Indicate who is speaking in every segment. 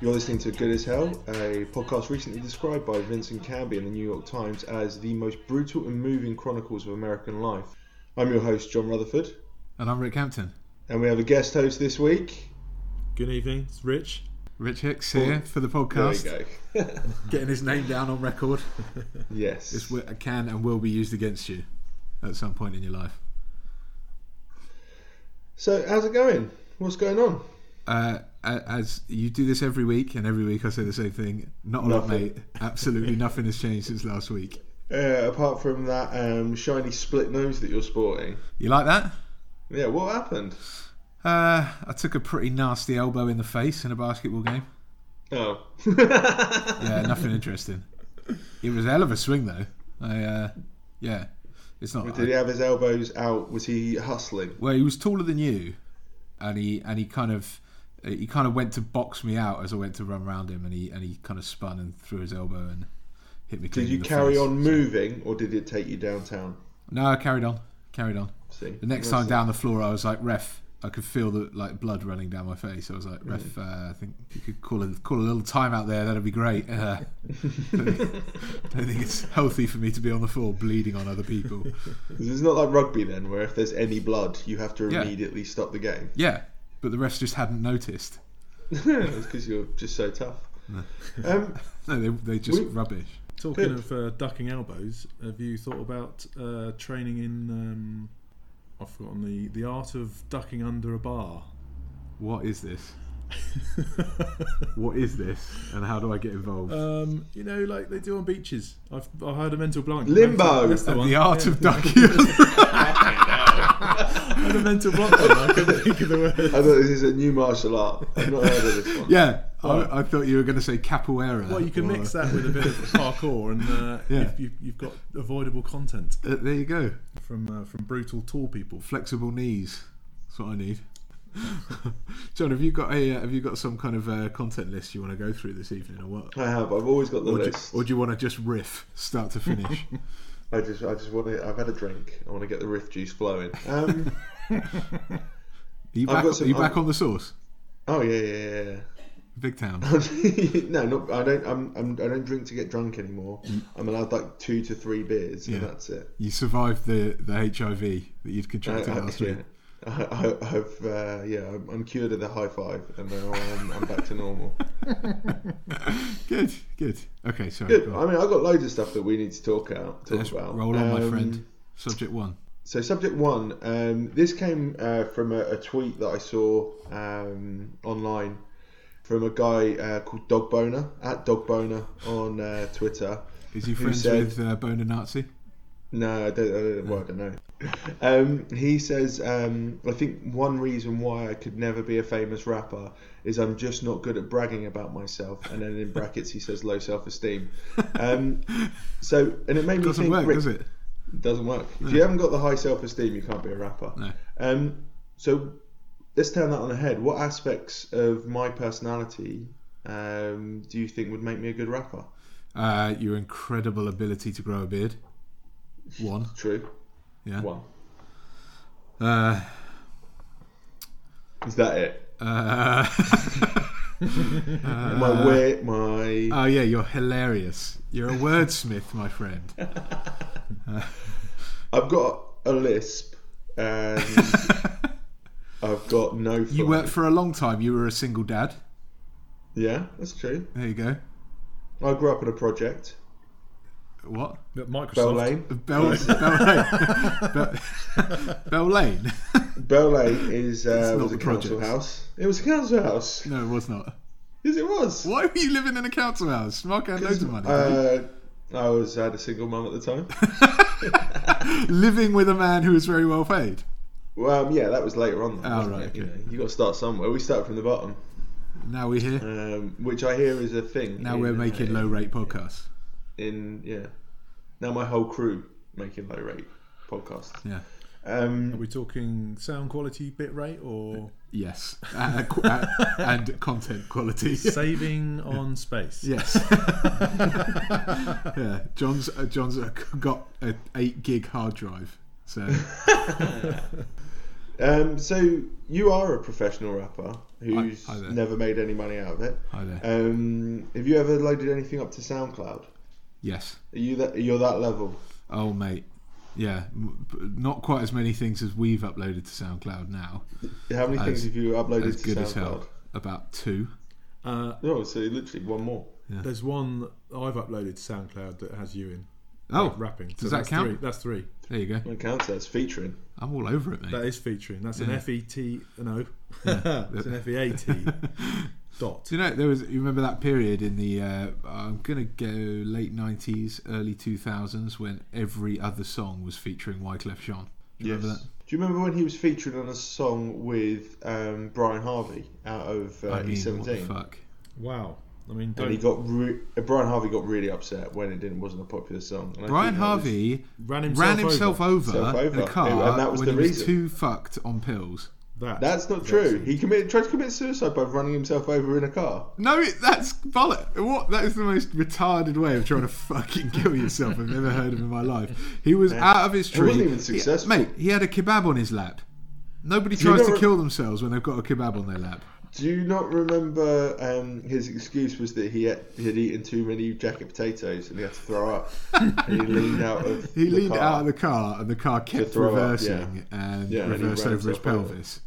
Speaker 1: You're listening to Good as Hell, a podcast recently described by Vincent Canby in the New York Times as the most brutal and moving chronicles of American life. I'm your host, John Rutherford,
Speaker 2: And I'm Rick Hampton.
Speaker 1: and we have a guest host this week.
Speaker 3: Good evening, it's Rich.
Speaker 2: Rich Hicks here for the
Speaker 1: There we
Speaker 2: podcast.
Speaker 1: go.
Speaker 2: Getting his name down on record.
Speaker 1: yes.
Speaker 2: This wi- can and will be used against you at some point in your life.
Speaker 1: So, how's it going? What's going on?
Speaker 2: Uh, a- as you do this every week, and every week I say the same thing. Not a lot,
Speaker 1: Nothing.
Speaker 2: mate. Absolutely nothing has changed since last week.
Speaker 1: Uh, apart from that um, shiny split nose that you're sporting.
Speaker 2: You like that?
Speaker 1: Yeah, what happened?
Speaker 2: Uh, I took a pretty nasty elbow in the face in a basketball game.
Speaker 1: Oh.
Speaker 2: Yeah, nothing interesting. It was a hell of a swing, though. I, uh, yeah, it's not.
Speaker 1: Did he have his elbows out? Was he hustling?
Speaker 2: Well, he was taller than you, and he and he kind of uh, he kind of went to box me out as I went to run round him, and he and he kind of spun and threw his elbow and hit me.
Speaker 1: Did
Speaker 2: clean
Speaker 1: you
Speaker 2: in the
Speaker 1: carry
Speaker 2: face.
Speaker 1: on moving, or did it take you downtown?
Speaker 2: No, I carried on, carried on.
Speaker 1: See,
Speaker 2: The next time down the floor, I was like, ref. I could feel the like blood running down my face. I was like, ref. Uh, I think you could call a call a little time out there. That'd be great. Uh, I don't think it's healthy for me to be on the floor bleeding on other people.
Speaker 1: It's not like rugby then, where if there's any blood, you have to
Speaker 2: Yeah.
Speaker 1: immediately stop the game.
Speaker 2: Yeah, but the refs just hadn't noticed.
Speaker 1: it's because you're just so tough. Um,
Speaker 2: No, they they just
Speaker 1: We-
Speaker 2: rubbish.
Speaker 3: Talking
Speaker 1: Good.
Speaker 3: of uh, ducking elbows, have you thought about uh, training in? Um, I've forgotten the the art of ducking under a bar.
Speaker 2: What is this? What is this? And how do I get involved?
Speaker 3: um, you know, like they do on beaches. I've I had a mental blank.
Speaker 1: Limbo.
Speaker 3: That's the
Speaker 2: the
Speaker 3: one.
Speaker 2: art
Speaker 3: Yeah.
Speaker 2: of ducking.
Speaker 3: I had a mental blank. then, I couldn't think of the
Speaker 1: I
Speaker 3: word.
Speaker 1: thought this is a new martial art. I've not heard of this one.
Speaker 2: yeah, I, I thought you were going to say capoeira.
Speaker 3: Well, you can
Speaker 2: or-
Speaker 3: mix that with a bit of parkour, and uh,
Speaker 2: Yeah.
Speaker 3: you've, you've, you've got avoidable content
Speaker 2: Uh, there you go.
Speaker 3: from uh, from brutal tall people.
Speaker 2: Flexible knees. That's what I need. John, have you got a uh, have you got some kind of uh, content list you want to go through this evening, or what?
Speaker 1: I have. I've always got the
Speaker 2: Or do,
Speaker 1: list.
Speaker 2: or do you want to just riff, start to finish?
Speaker 1: I just, I just want to. I've had a drink. I want to get the riff juice flowing. Um,
Speaker 2: Are you
Speaker 1: I've
Speaker 2: back,
Speaker 1: got some-
Speaker 2: are you back
Speaker 1: I've-
Speaker 2: on the source?
Speaker 1: oh yeah, yeah, yeah.
Speaker 2: Big town.
Speaker 1: no, not, I don't. I'm, I'm, I don't drink to get drunk anymore. I'm allowed like two to three beers, and
Speaker 2: Mm. Yeah.
Speaker 1: that's it.
Speaker 2: You survived the, the HIV that you'd contracted
Speaker 1: I- I-
Speaker 2: last
Speaker 1: Uh, yeah.
Speaker 2: week.
Speaker 1: I, I, I've uh, yeah, I'm, I'm cured of the high five, and now I'm, I'm back to normal.
Speaker 2: Good, good. Okay, sorry.
Speaker 1: Good.
Speaker 2: go on.
Speaker 1: I mean, I've got loads of stuff that we need to talk out. Talk
Speaker 2: Let's
Speaker 1: about.
Speaker 2: roll on, my
Speaker 1: Um,
Speaker 2: friend. Subject one.
Speaker 1: So, subject one. Um, this came uh, from a, a tweet that I saw um, online from a guy uh, called Dogboner at Dogboner on uh, Twitter.
Speaker 2: Is he
Speaker 1: who
Speaker 2: friends
Speaker 1: said-
Speaker 2: with uh, Boner Nazi?
Speaker 1: No, I don't, I don't, well, I don't know. Um, he says, um, I think one reason why I could never be a famous rapper is I'm just not good at bragging about myself. And then in brackets, he says low self esteem. Um, so, and it made me
Speaker 2: Doesn't
Speaker 1: think.
Speaker 2: work,
Speaker 1: Rick,
Speaker 2: does it?
Speaker 1: doesn't work. If you haven't got the high self esteem, you can't be a rapper.
Speaker 2: No.
Speaker 1: Um, so let's turn that on the head. What aspects of my personality um, do you think would make me a good rapper?
Speaker 2: Uh, your incredible ability to grow a beard. One.
Speaker 1: True.
Speaker 2: Yeah.
Speaker 1: One.
Speaker 2: Uh,
Speaker 1: Is that it?
Speaker 2: uh,
Speaker 1: my wit, my.
Speaker 2: oh yeah, you're hilarious. You're a wordsmith, my friend.
Speaker 1: I've got a lisp and I've got no. Fun.
Speaker 2: You worked for a long time. You were a single dad.
Speaker 1: Yeah, that's true.
Speaker 2: There you go.
Speaker 1: I grew up in a project.
Speaker 2: What?
Speaker 3: But Microsoft.
Speaker 1: Bell Lane.
Speaker 2: Bell, Bell Lane. Bell, Bell Lane.
Speaker 1: Bell Lane is uh,
Speaker 2: not
Speaker 1: was a
Speaker 2: the
Speaker 1: council
Speaker 2: project.
Speaker 1: house. It was a council house.
Speaker 2: No, it was not.
Speaker 1: Yes, it was.
Speaker 2: Why were you living in a council house? Mark had loads of money. didn't
Speaker 1: Uh, I was I had a single mum at the time.
Speaker 2: he? Living with a man who was very well paid.
Speaker 1: Well, um, yeah, that was later on. Though,
Speaker 2: Oh,
Speaker 1: wasn't
Speaker 2: right,
Speaker 1: it?
Speaker 2: okay.
Speaker 1: You, know, you got to start somewhere. We start from the bottom,
Speaker 2: Now we're here.
Speaker 1: um, which I hear is a thing.
Speaker 2: Now
Speaker 1: in,
Speaker 2: we're
Speaker 1: uh,
Speaker 2: making low rate podcasts.
Speaker 1: in yeah. Now my whole crew making low rate podcasts.
Speaker 2: Yeah.
Speaker 3: Are
Speaker 1: Um,
Speaker 3: we talking sound quality, bit rate, or
Speaker 2: Yes. Uh, qu- uh, and content quality.
Speaker 3: saving on space?
Speaker 2: Yes. yeah. John's uh, John's uh, got an eight gig hard drive. So
Speaker 1: Um, so you are a professional rapper who's
Speaker 2: hi there.
Speaker 1: never made any money out of it.
Speaker 2: Hi there.
Speaker 1: Um, have you ever loaded anything up to SoundCloud?
Speaker 2: yes.
Speaker 1: Are you that you're that level?
Speaker 2: Oh, mate. Yeah, m- b- not quite as many things as we've uploaded to SoundCloud now.
Speaker 1: How many things
Speaker 2: As-
Speaker 1: have you uploaded
Speaker 2: As
Speaker 1: to
Speaker 2: good
Speaker 1: SoundCloud?
Speaker 2: as hell. About two.
Speaker 3: Uh,
Speaker 1: Oh, so literally one more.
Speaker 3: there's one that I've uploaded to SoundCloud that has you in.
Speaker 2: Oh,
Speaker 3: rapping. So
Speaker 2: does that
Speaker 3: that's
Speaker 2: count?
Speaker 3: Three. That's three.
Speaker 2: there you go.
Speaker 1: That counts. That's featuring.
Speaker 2: I'm all over it,
Speaker 3: That
Speaker 2: mate.
Speaker 3: is featuring. That's an
Speaker 2: Yeah.
Speaker 3: F E T. No, it's an F E A T. Dot.
Speaker 2: Do you know there was? You remember that period in the? Uh, I'm gonna go late '90s, early 2000s when every other song was featuring Wyclef Jean. Do you remember that?
Speaker 1: Do you remember when he was featured on a song with um, Brian Harvey out of uh,
Speaker 2: I mean, what the
Speaker 1: E17?
Speaker 2: fuck?
Speaker 3: Wow. I mean,
Speaker 1: And he
Speaker 3: don't,
Speaker 1: got re- uh, Brian Harvey got really upset when it didn't wasn't a popular song. And I
Speaker 2: Brian
Speaker 1: think that was-
Speaker 2: Harvey
Speaker 3: ran himself
Speaker 2: ran himself
Speaker 3: over.
Speaker 2: over,
Speaker 1: Himself
Speaker 2: in a
Speaker 1: over.
Speaker 2: car
Speaker 1: And that was
Speaker 2: when
Speaker 1: the
Speaker 2: he was
Speaker 1: reason.
Speaker 2: too fucked on pills.
Speaker 3: That.
Speaker 1: That's not true. He committed tried to commit suicide by running himself over in a car.
Speaker 2: No, it- that's bollock. What? That is the most retarded way of trying to fucking kill yourself I've ever heard of in my life. He was out of his tree.
Speaker 1: wasn't even
Speaker 2: He-
Speaker 1: successful.
Speaker 2: mate, he had a kebab on his lap. Nobody
Speaker 1: you
Speaker 2: tries
Speaker 1: not
Speaker 2: to
Speaker 1: re-
Speaker 2: kill themselves when they've got a kebab on their lap.
Speaker 1: Do you not remember um, his excuse was that he had, he had eaten too many jacket potatoes and he had to throw up. and he leaned out of
Speaker 2: He
Speaker 1: the
Speaker 2: leaned
Speaker 1: car.
Speaker 2: out of the car, and the car kept
Speaker 1: throw up,
Speaker 2: reversing and
Speaker 1: Yeah, and he
Speaker 2: reversed
Speaker 1: ran
Speaker 2: over his
Speaker 1: himself over.
Speaker 2: pelvis,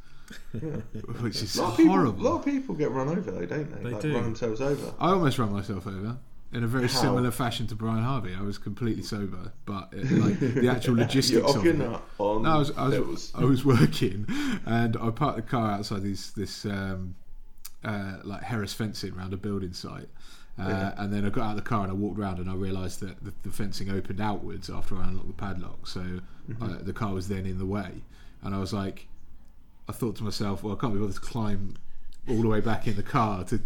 Speaker 2: which is
Speaker 1: A lot of people, A
Speaker 2: horrible.
Speaker 1: lot of people get run over though, don't they?
Speaker 3: They
Speaker 1: like
Speaker 3: do.
Speaker 1: run themselves over.
Speaker 2: I almost ran myself over in a very
Speaker 1: How?
Speaker 2: similar fashion to Brian Harvey. I was completely sober, but it, like the actual logistics
Speaker 1: You're
Speaker 2: of
Speaker 1: off your
Speaker 2: it.
Speaker 1: nut on
Speaker 2: No, I was, I was,
Speaker 1: pills.
Speaker 2: I was working, and I parked the car outside this this um, uh, like Harris fencing around a building site. Uh, And then I got out of the car and I walked around and I realised that the, the fencing opened outwards after I unlocked the padlock. So uh, the car was then in the way. And I was like, I thought to myself, well, I can't be bothered to climb all the way back in the car to.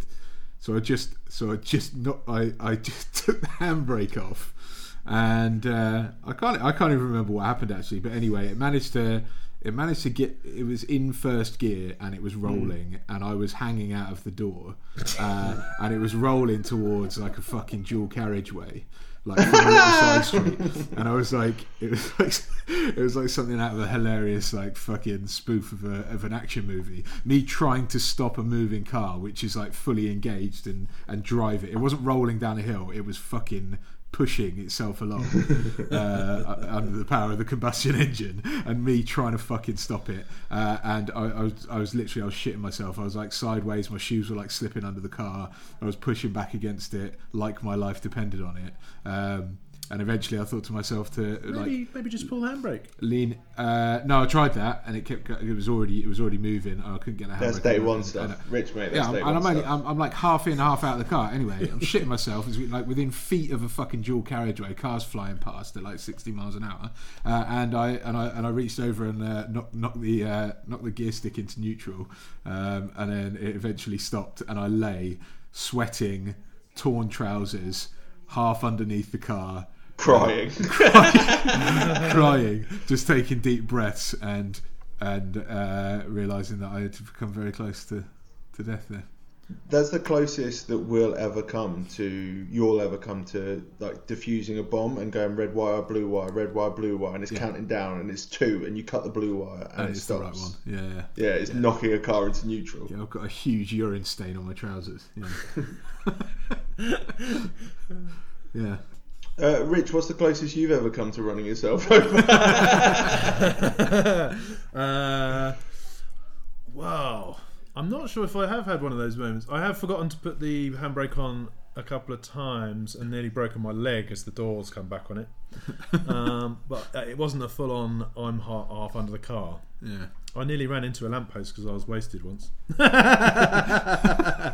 Speaker 2: So I just, so I just not, I, I just took the handbrake off, and uh, I can't, I can't even remember what happened actually. But anyway, it managed to, it managed to get, it was in first gear and it was rolling, and I was hanging out of the door, uh, and it was rolling towards like a fucking dual carriageway. Like from a little side street, and I was like, it was like, it was like something out of a hilarious like fucking spoof of a of an action movie. Me trying to stop a moving car, which is like fully engaged and and drive it. It wasn't rolling down a hill. It was fucking pushing itself along uh, u- under the power of the combustion engine, and me trying to fucking stop it. Uh, and I, I was I was literally I was shitting myself. I was like sideways. My shoes were like slipping under the car. I was pushing back against it like my life depended on it. Um, and eventually, I thought to myself to like
Speaker 3: maybe, maybe just pull the handbrake.
Speaker 2: lean. Uh, no, I tried that, and it kept. go- It was already. It was already moving. and I couldn't get a handbrake.
Speaker 1: That's day
Speaker 2: on it.
Speaker 1: one
Speaker 2: And-
Speaker 1: stuff.
Speaker 2: and-
Speaker 1: Rich mate, that's
Speaker 2: yeah, I'm,
Speaker 1: day
Speaker 2: and
Speaker 1: one
Speaker 2: I'm, only,
Speaker 1: stuff.
Speaker 2: I'm, I'm like half in, half out of the car. Anyway, I'm shitting myself. It's like within feet of a fucking dual carriageway, cars flying past at like 60 miles an hour, uh, and I and I and I reached over and uh, knocked knocked the uh, knocked the gear stick into neutral, um, and then it eventually stopped, and I lay sweating, torn trousers, half underneath the car,
Speaker 1: Crying.
Speaker 2: crying, just taking deep breaths and and uh, realizing that I had become very close to, to death there.
Speaker 1: That's the closest that we'll ever come to. You'll ever come to like diffusing a bomb and going red wire, blue wire, red wire, blue wire, and it's counting down, and it's two, and you cut the blue wire, and,
Speaker 2: And
Speaker 1: it
Speaker 2: it's the right
Speaker 1: stops.
Speaker 2: one. Yeah, yeah.
Speaker 1: Yeah, it's knocking a car into neutral.
Speaker 2: Yeah, I've got a huge urine stain on my trousers. Yeah. yeah.
Speaker 1: Uh, Rich, what's the closest you've ever come to running yourself over?
Speaker 3: uh, wow. I'm not sure if I have had one of those moments. I have forgotten to put the handbrake on a couple of times and nearly broken my leg as the doors come back on it. um, but uh, it wasn't a full on I'm half, half under the car.
Speaker 2: Yeah.
Speaker 3: I nearly ran into a lamppost because I was wasted once. uh,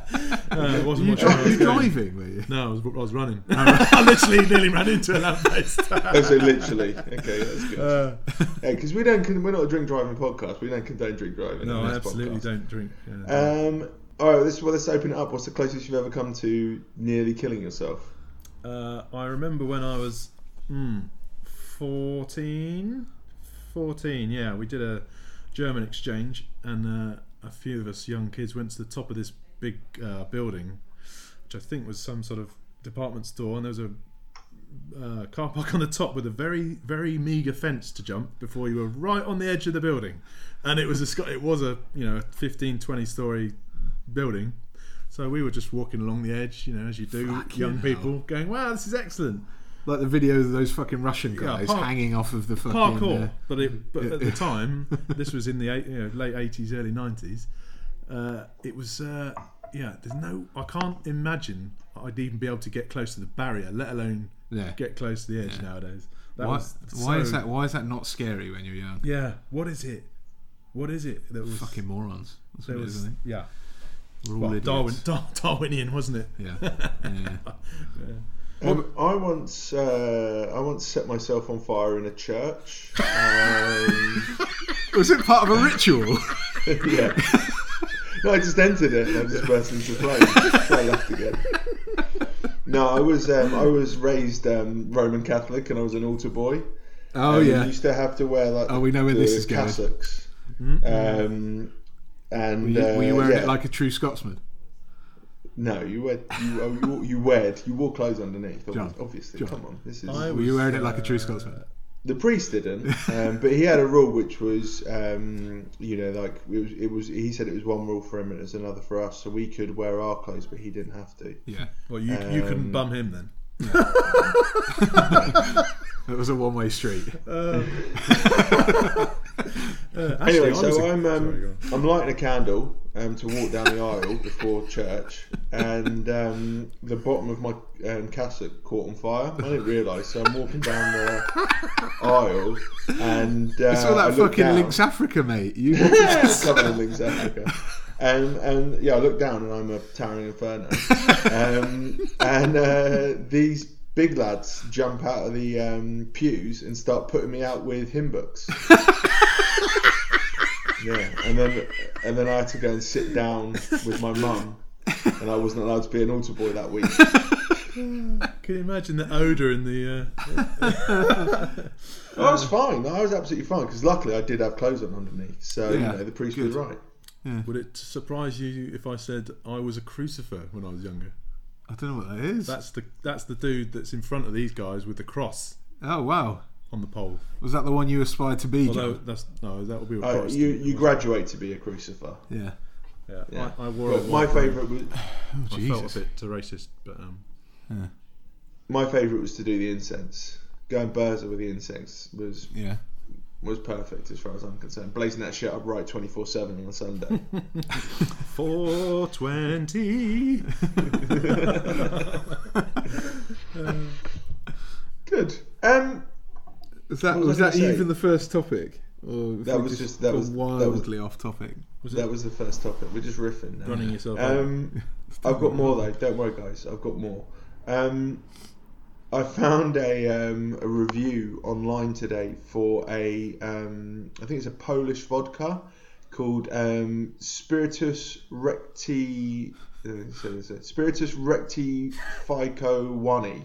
Speaker 3: it wasn't
Speaker 2: You,
Speaker 3: much of a-
Speaker 2: dri- you driving, were you?
Speaker 3: No, I was, I was running. I literally nearly ran into a lamppost.
Speaker 1: Oh, so literally. Okay, that's good.
Speaker 3: Uh,
Speaker 1: because we don't, con- we're not a drink driving podcast. We don't condone drink driving.
Speaker 3: no,
Speaker 1: on
Speaker 3: I
Speaker 1: this
Speaker 3: absolutely
Speaker 1: podcast.
Speaker 3: don't drink. yeah.
Speaker 1: Um, all right, this well, let's open it up. What's the closest you've ever come to nearly killing yourself?
Speaker 3: Uh, I remember when I was mm, 14. 14, yeah. We did a German exchange, and uh, a few of us young kids went to the top of this big uh, building, which I think was some sort of department store, and there was a uh, car park on the top with a very very meager fence to jump before you were right on the edge of the building, and it was a sc- it was a you know 15, 20 story building. So we were just walking along the edge, you know, as you do,
Speaker 2: Fucking
Speaker 3: young
Speaker 2: hell.
Speaker 3: people, going, "Wow, this is excellent."
Speaker 2: Like the video of those fucking Russian guys
Speaker 3: park-
Speaker 2: hanging off of the fucking.
Speaker 3: parkour.
Speaker 2: uh,
Speaker 3: but it, but at the time, this was in the eight- you know, late eighties, early nineties. Uh, it was uh, yeah. There's no. I can't imagine I'd even be able to get close to the barrier, let alone
Speaker 2: yeah.
Speaker 3: get close to the edge nowadays. That
Speaker 2: Why,
Speaker 3: was
Speaker 2: why
Speaker 3: so-
Speaker 2: is that? Why is that not scary when you're young?
Speaker 3: Yeah. What is it? What is it that was
Speaker 2: Fucking morons. That's
Speaker 3: There
Speaker 2: what it
Speaker 3: was
Speaker 2: is, isn't
Speaker 3: yeah.
Speaker 2: it? We're all
Speaker 3: Well,
Speaker 2: idiots.
Speaker 3: Darwin, Dar- Darwinian, wasn't it?
Speaker 2: Yeah. yeah.
Speaker 1: Um, I once uh, I once set myself on fire in a church. Um,
Speaker 2: was it part of a ritual?
Speaker 1: yeah. No, I just entered it and I just burst into flames. So I left again. No, I was um, I was raised um, Roman Catholic and I was an altar boy.
Speaker 2: oh
Speaker 1: Um, you
Speaker 2: yeah.
Speaker 1: used to have to wear like.
Speaker 2: Oh, we know where
Speaker 1: the
Speaker 2: this is going. Mm-hmm.
Speaker 1: Cassocks. Um, and
Speaker 2: Were you, were you
Speaker 1: uh,
Speaker 2: wearing
Speaker 1: yeah.
Speaker 2: it like a true Scotsman?
Speaker 1: No, you wear you oh, you, you weared you wore clothes underneath. obvi-
Speaker 2: John,
Speaker 1: obviously,
Speaker 2: John.
Speaker 1: come on, this is
Speaker 3: I
Speaker 2: Were you
Speaker 3: was,
Speaker 2: wearing it like a true
Speaker 3: uh,
Speaker 2: Scotsman?
Speaker 1: the priest didn't, um, but he had a rule which was um, you know like it was, it was he said it was one rule for him and it was another for us, so we could wear our clothes, but he didn't have to.
Speaker 2: Yeah.
Speaker 3: Well, you you couldn't
Speaker 1: Um,
Speaker 3: bum him then.
Speaker 2: It was a one-way street.
Speaker 3: Uh,
Speaker 1: Anyway,
Speaker 3: actually, I was
Speaker 1: so
Speaker 3: a-
Speaker 1: I'm
Speaker 3: Sorry, go
Speaker 1: um,
Speaker 3: on.
Speaker 1: I'm lighting a candle um, to walk down the aisle before church, and um, the bottom of my um, cassock caught on fire. I didn't realise, so I'm walking down the aisle, and uh,
Speaker 2: It's all
Speaker 1: I
Speaker 2: that
Speaker 1: look
Speaker 2: fucking
Speaker 1: down.
Speaker 2: Links Africa, mate. You
Speaker 1: covered in Links Africa. Um, and yeah, I look down and I'm a towering inferno. Um, and uh, these big lads jump out of the um, pews and start putting me out with hymn books. yeah, and then and then I had to go and sit down with my mum, and I wasn't allowed to be an altar boy that week.
Speaker 3: Can you imagine the odor in the? Uh, Oh.
Speaker 1: I was fine. I was absolutely fine because luckily I did have clothes on underneath, so you
Speaker 2: Yeah,
Speaker 1: know the priest was
Speaker 2: good.
Speaker 1: right.
Speaker 3: Would it surprise you if I said I was a crucifer when I was younger?
Speaker 2: I don't know what that is.
Speaker 3: That's the that's the dude that's in front of these guys with the cross
Speaker 2: Oh wow.
Speaker 3: on the pole.
Speaker 2: Was that the one you aspired to be?
Speaker 3: Although
Speaker 2: John?
Speaker 3: that's no, that would be a
Speaker 1: Uh,
Speaker 3: Protestant.
Speaker 1: you you graduate to be a crucifer.
Speaker 2: Yeah.
Speaker 3: yeah.
Speaker 1: Yeah.
Speaker 3: I, I wore
Speaker 1: But
Speaker 3: it.
Speaker 1: my
Speaker 3: once.
Speaker 1: favourite was
Speaker 2: Oh
Speaker 3: I felt
Speaker 2: Jesus.
Speaker 3: a bit racist, but um,
Speaker 1: My favourite was to do the incense. Going berser with the incense was
Speaker 2: Yeah.
Speaker 1: was perfect as far as I'm concerned. Blazing that shit up right 24 seven on a Sunday.
Speaker 3: 420.
Speaker 1: Good. Um,
Speaker 2: Was that
Speaker 1: What was
Speaker 2: was,
Speaker 1: I
Speaker 2: that
Speaker 1: gonna say?
Speaker 2: even the first topic? Or if
Speaker 1: That
Speaker 2: we
Speaker 1: was just- that
Speaker 2: gone
Speaker 1: was- that was-
Speaker 2: wildly off topic.
Speaker 3: Was
Speaker 1: that
Speaker 3: it
Speaker 1: was the first topic. We're just riffing now.
Speaker 3: running yourself? out?
Speaker 1: Um, I've got more though. Don't worry, guys. I've got more. Um, I found a um, a review online today for a um, I think it's a Polish vodka called um, Spiritus Recti. uh, so is it Spiritus Recti Fico Wani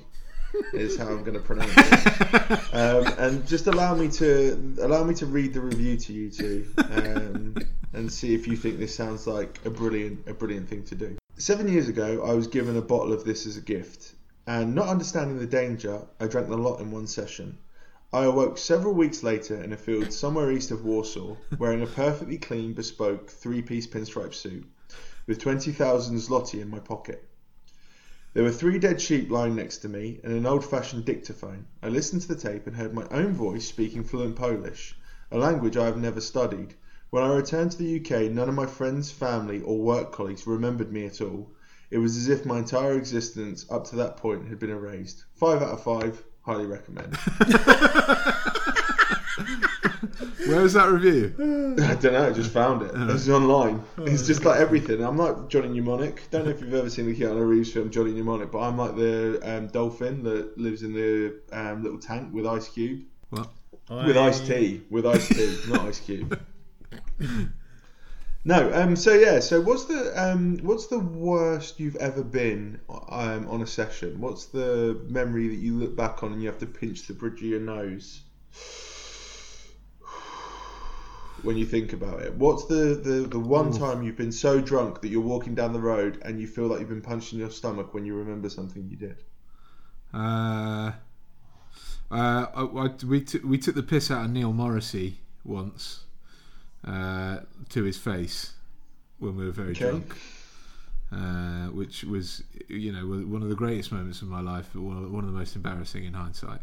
Speaker 1: is how I'm going to pronounce it. Um, and just allow me to allow me to read the review to you two, um, and see if you think this sounds like a brilliant a brilliant thing to do. Seven years ago, I was given a bottle of this as a gift, and not understanding the danger, I drank the lot in one session. I awoke several weeks later in a field somewhere east of Warsaw, wearing a perfectly clean, bespoke three-piece pinstripe suit, with twenty thousand zloty in my pocket. There were three dead sheep lying next to me and an old fashioned dictaphone. I listened to the tape and heard my own voice speaking fluent Polish, a language I have never studied. When I returned to the UK, none of my friends, family, or work colleagues remembered me at all. It was as if my entire existence up to that point had been erased. Five out of five, highly recommend.
Speaker 2: Where was that review?
Speaker 1: I don't know, I just found it. It was online. It's just like everything. I'm like Johnny Mnemonic. Don't know if you've ever seen the Keanu Reeves film Johnny Mnemonic, but I'm like the um, dolphin that lives in the um, little tank with Ice Cube.
Speaker 2: What?
Speaker 1: With
Speaker 3: I-
Speaker 1: iced tea. With iced tea, not ice cube. No, um, so yeah, so what's the um, what's the worst you've ever been um, on a session? What's the memory that you look back on and you have to pinch the bridge of your nose when you think about it? What's the, the, the one time you've been so drunk that you're walking down the road and you feel like you've been punched in your stomach when you remember something you did?
Speaker 2: Uh, Uh, I, I- we t- we took the piss out of Neil Morrissey once uh, to his face when we were very
Speaker 1: Okay.
Speaker 2: drunk, uh, which was you know one of the greatest moments of my life, but one of, one of the most embarrassing in hindsight.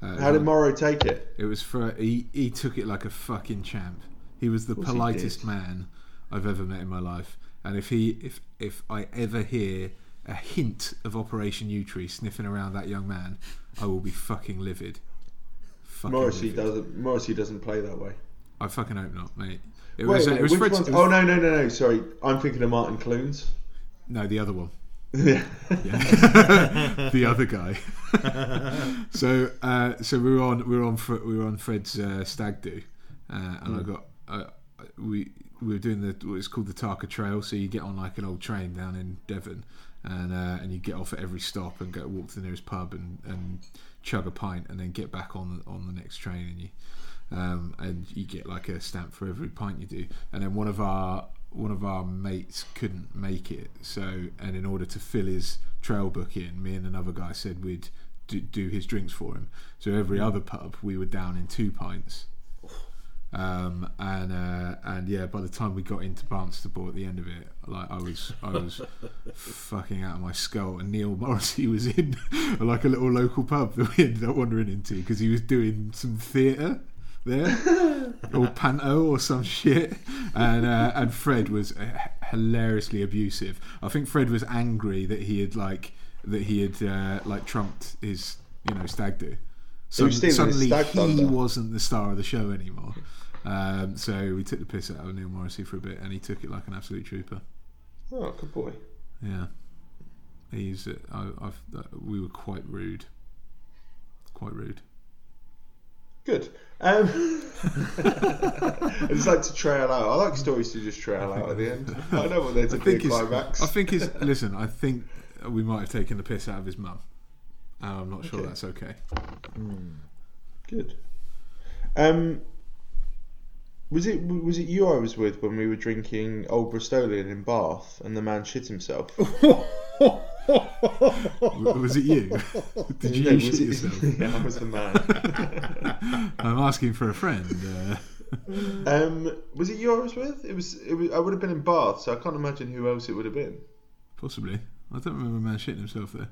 Speaker 2: Uh,
Speaker 1: How did Morrow take it?
Speaker 2: it was for he, he took it like a fucking champ. He was the
Speaker 1: he
Speaker 2: politest
Speaker 1: did.
Speaker 2: man I've ever met in my life. And if he if if I ever hear a hint of Operation U Tree sniffing around that young man, I will be fucking livid. Fucking
Speaker 1: Morrissey
Speaker 2: livid.
Speaker 1: doesn't. Morrissey doesn't play that way.
Speaker 2: I fucking hope not, mate. It
Speaker 1: Wait,
Speaker 2: was, uh,
Speaker 1: wait,
Speaker 2: it was
Speaker 1: which
Speaker 2: Fritz-
Speaker 1: one's-
Speaker 2: it was-
Speaker 1: Oh no, no, no, no. Sorry, I'm thinking of Martin Clunes.
Speaker 2: no, the other one.
Speaker 1: yeah.
Speaker 2: Yeah. the other guy. so uh, so we were on we were on Fre- we were on Fred's uh, stag do, uh, and I got uh, we we were doing the what it's called the Tarka Trail. So you get on like an old train down in Devon, and uh, and you get off at every stop and go walk to the nearest pub and, and chug a pint and then get back on on the next train and you um, and you get like a stamp for every pint you do. And then one of our one of our mates couldn't make it, so and in order to fill his trail book in, me and another guy said we'd do, do his drinks for him. So every other pub we were down in two pints. Um, and uh, and yeah, by the time we got into Barnstable at the end of it, like I was I was fucking out of my skull. And Neil Morrissey was in like a little local pub that we ended up wandering into because he was doing some theatre there or panto or some shit and uh, and fred was uh, h- hilariously abusive i think fred was angry that he had like that he had uh, like trumped his you know stag do so
Speaker 1: was stealing his
Speaker 2: suddenly
Speaker 1: stag
Speaker 2: he
Speaker 1: thunder.
Speaker 2: wasn't the star of the show anymore um, so we took the piss out of neil morrissey for a bit and he took it like an absolute trooper
Speaker 1: Oh, good boy.
Speaker 2: yeah he's uh, I, I've, uh, we were quite rude quite rude
Speaker 1: Good. Um, I just like to trail out. I like stories to just trail out at the end. I don't want there to
Speaker 2: I
Speaker 1: be a
Speaker 2: think it's-
Speaker 1: climax.
Speaker 2: I think it's. listen, I think we might have taken the piss out of his mum. And I'm not sure that's okay.
Speaker 1: Good. Um, was it was it you I was with when we were drinking Old Bristolian in Bath and the man shit himself?
Speaker 2: Oh,
Speaker 3: Oh
Speaker 2: W- Was it you? Did you
Speaker 1: No, was
Speaker 2: shit
Speaker 1: it-
Speaker 2: yourself?
Speaker 1: yeah, I was the man.
Speaker 2: I'm asking for a friend. Uh,
Speaker 1: um, was it you I was with? It was, it was. I would have been in Bath, so I can't imagine who else it would have been.
Speaker 2: possibly. I don't remember a man shitting himself there.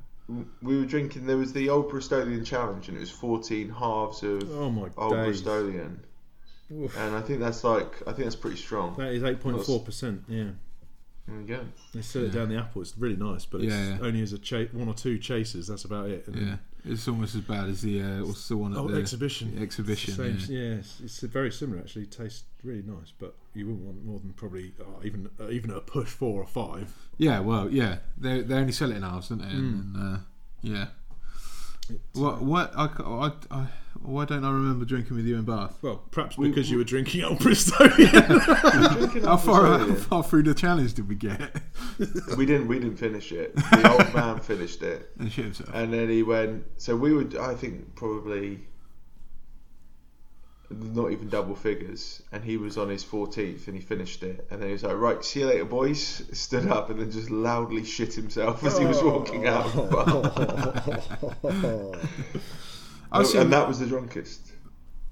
Speaker 1: We were drinking. There was the Old Bristolian challenge, and it was fourteen halves of
Speaker 3: Oh my
Speaker 1: Old
Speaker 3: days.
Speaker 1: Bristolian,
Speaker 3: Oof.
Speaker 1: and I think that's like I think that's pretty strong.
Speaker 3: That is 8.4%. Yeah.
Speaker 1: There you go.
Speaker 3: They sell it down the apple. It's really nice, but it's
Speaker 2: Yeah, yeah.
Speaker 3: only as a cha- one or two chases. That's about it. And
Speaker 2: Yeah. It's almost as bad as the uh, what's the one at
Speaker 3: Oh,
Speaker 2: the
Speaker 3: exhibition.
Speaker 2: the exhibition.
Speaker 3: Same,
Speaker 2: yeah.
Speaker 3: yeah, it's, it's very similar actually. Tastes really nice, but you wouldn't want more than probably oh, even uh, even a push four or five.
Speaker 2: Yeah, well, yeah. They they only sell it in halves, don't they? And,
Speaker 3: Hmm.
Speaker 2: uh, yeah.
Speaker 3: uh,
Speaker 2: What what I, ca- I, I why don't I remember drinking with you in Bath?
Speaker 3: Well, perhaps because you were drinking Old Bristolian.
Speaker 1: Drinking
Speaker 2: How
Speaker 1: Old
Speaker 2: far how
Speaker 1: Bristolian.
Speaker 2: far through the challenge did we get?
Speaker 1: We didn't. We didn't finish it. The old man finished it,
Speaker 2: and shit himself.
Speaker 1: and then he went. So we were. I think probably not even double figures, and he was on his fourteenth, and he finished it, and then he was like, "Right, see you later, boys." Stood up and then just loudly shit himself as he was walking out. of the bar.
Speaker 3: Oh.
Speaker 2: I've seen,
Speaker 1: and that was the drunkest.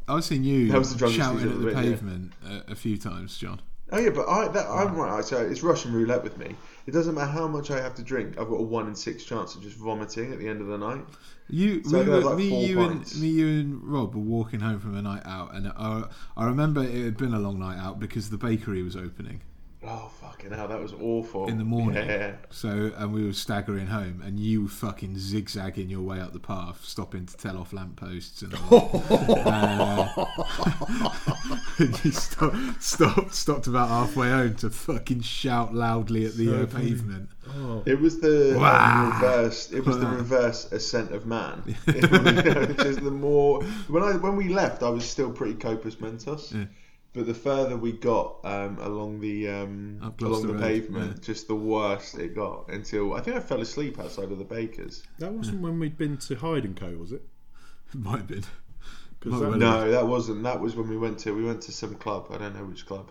Speaker 2: I've seen you
Speaker 1: that was the drunkest
Speaker 2: shouting
Speaker 1: he's ever
Speaker 2: at the
Speaker 1: been, yeah.
Speaker 2: pavement a, a few times, John.
Speaker 1: Oh yeah, but I that, I'm right. So it's Russian roulette with me. It doesn't matter how much I have to drink. I've got a one in six chance of just vomiting at the end of the night.
Speaker 2: You,
Speaker 1: So
Speaker 2: we
Speaker 1: I got
Speaker 2: were,
Speaker 1: like
Speaker 2: me,
Speaker 1: four
Speaker 2: you
Speaker 1: pints.
Speaker 2: and me, you and Rob were walking home from a night out, and I, I remember it had been a long night out because the bakery was opening
Speaker 1: Oh fucking hell, that was awful.
Speaker 2: in the morning.
Speaker 1: Yeah.
Speaker 2: So, and we were staggering home, and you were fucking zigzagging your way up the path, stopping to tell off lampposts and. all
Speaker 3: Oh,
Speaker 2: and he stopped, stopped, stopped about halfway home to fucking shout loudly at the uh, pavement.
Speaker 3: oh,
Speaker 1: It was the
Speaker 2: Wow.
Speaker 1: reverse. It was the
Speaker 2: Wow.
Speaker 1: reverse ascent of man, which is the more when I when we left, I was still pretty copus mentis. But the further we got um, along the um,
Speaker 2: Up
Speaker 1: along
Speaker 2: Gloucester
Speaker 1: the
Speaker 2: Road,
Speaker 1: pavement,
Speaker 2: yeah.
Speaker 1: just the worst it got. Until I think I fell asleep outside of the baker's.
Speaker 3: that wasn't when we'd been to Hyde and Co, was it?
Speaker 2: Might have been.
Speaker 3: 'Cause
Speaker 2: Might
Speaker 3: that-
Speaker 2: well have
Speaker 1: No, that wasn't. That was when we went to we went to some club. I don't know which club.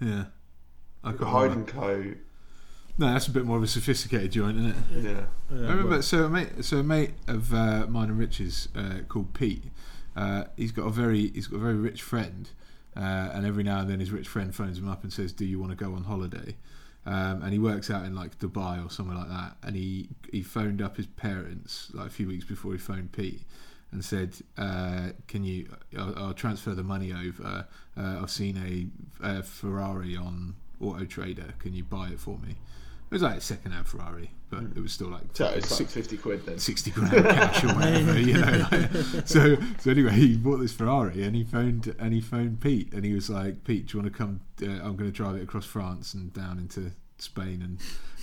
Speaker 2: Yeah. I can't
Speaker 1: Hyde
Speaker 2: remember.
Speaker 1: and Co.
Speaker 2: No, that's a bit more of a sophisticated joint, isn't it?
Speaker 1: Yeah.
Speaker 3: Yeah,
Speaker 2: I remember.
Speaker 3: well,
Speaker 2: So a mate, so a mate of uh, mine and Rich's uh, called Pete. Uh, he's got a very he's got a very rich friend, uh, and every now and then his rich friend phones him up and says, "Do you want to go on holiday?" Um, and he works out in like Dubai or somewhere like that. And he he phoned up his parents like a few weeks before he phoned Pete and said, uh, "Can you? I'll, I'll transfer the money over. Uh, I've seen a, a Ferrari on Auto Trader. Can you buy it for me?" It was like a second-hand Ferrari, but it was still like
Speaker 1: So it's like
Speaker 2: six-
Speaker 1: 50 quid then.
Speaker 2: 60 grand cash or whatever, you know. like- so, so anyway, he bought this Ferrari and he phoned and he phoned Pete and he was like, Pete, do you want to come? Uh, I'm going to drive it across France and down into Spain and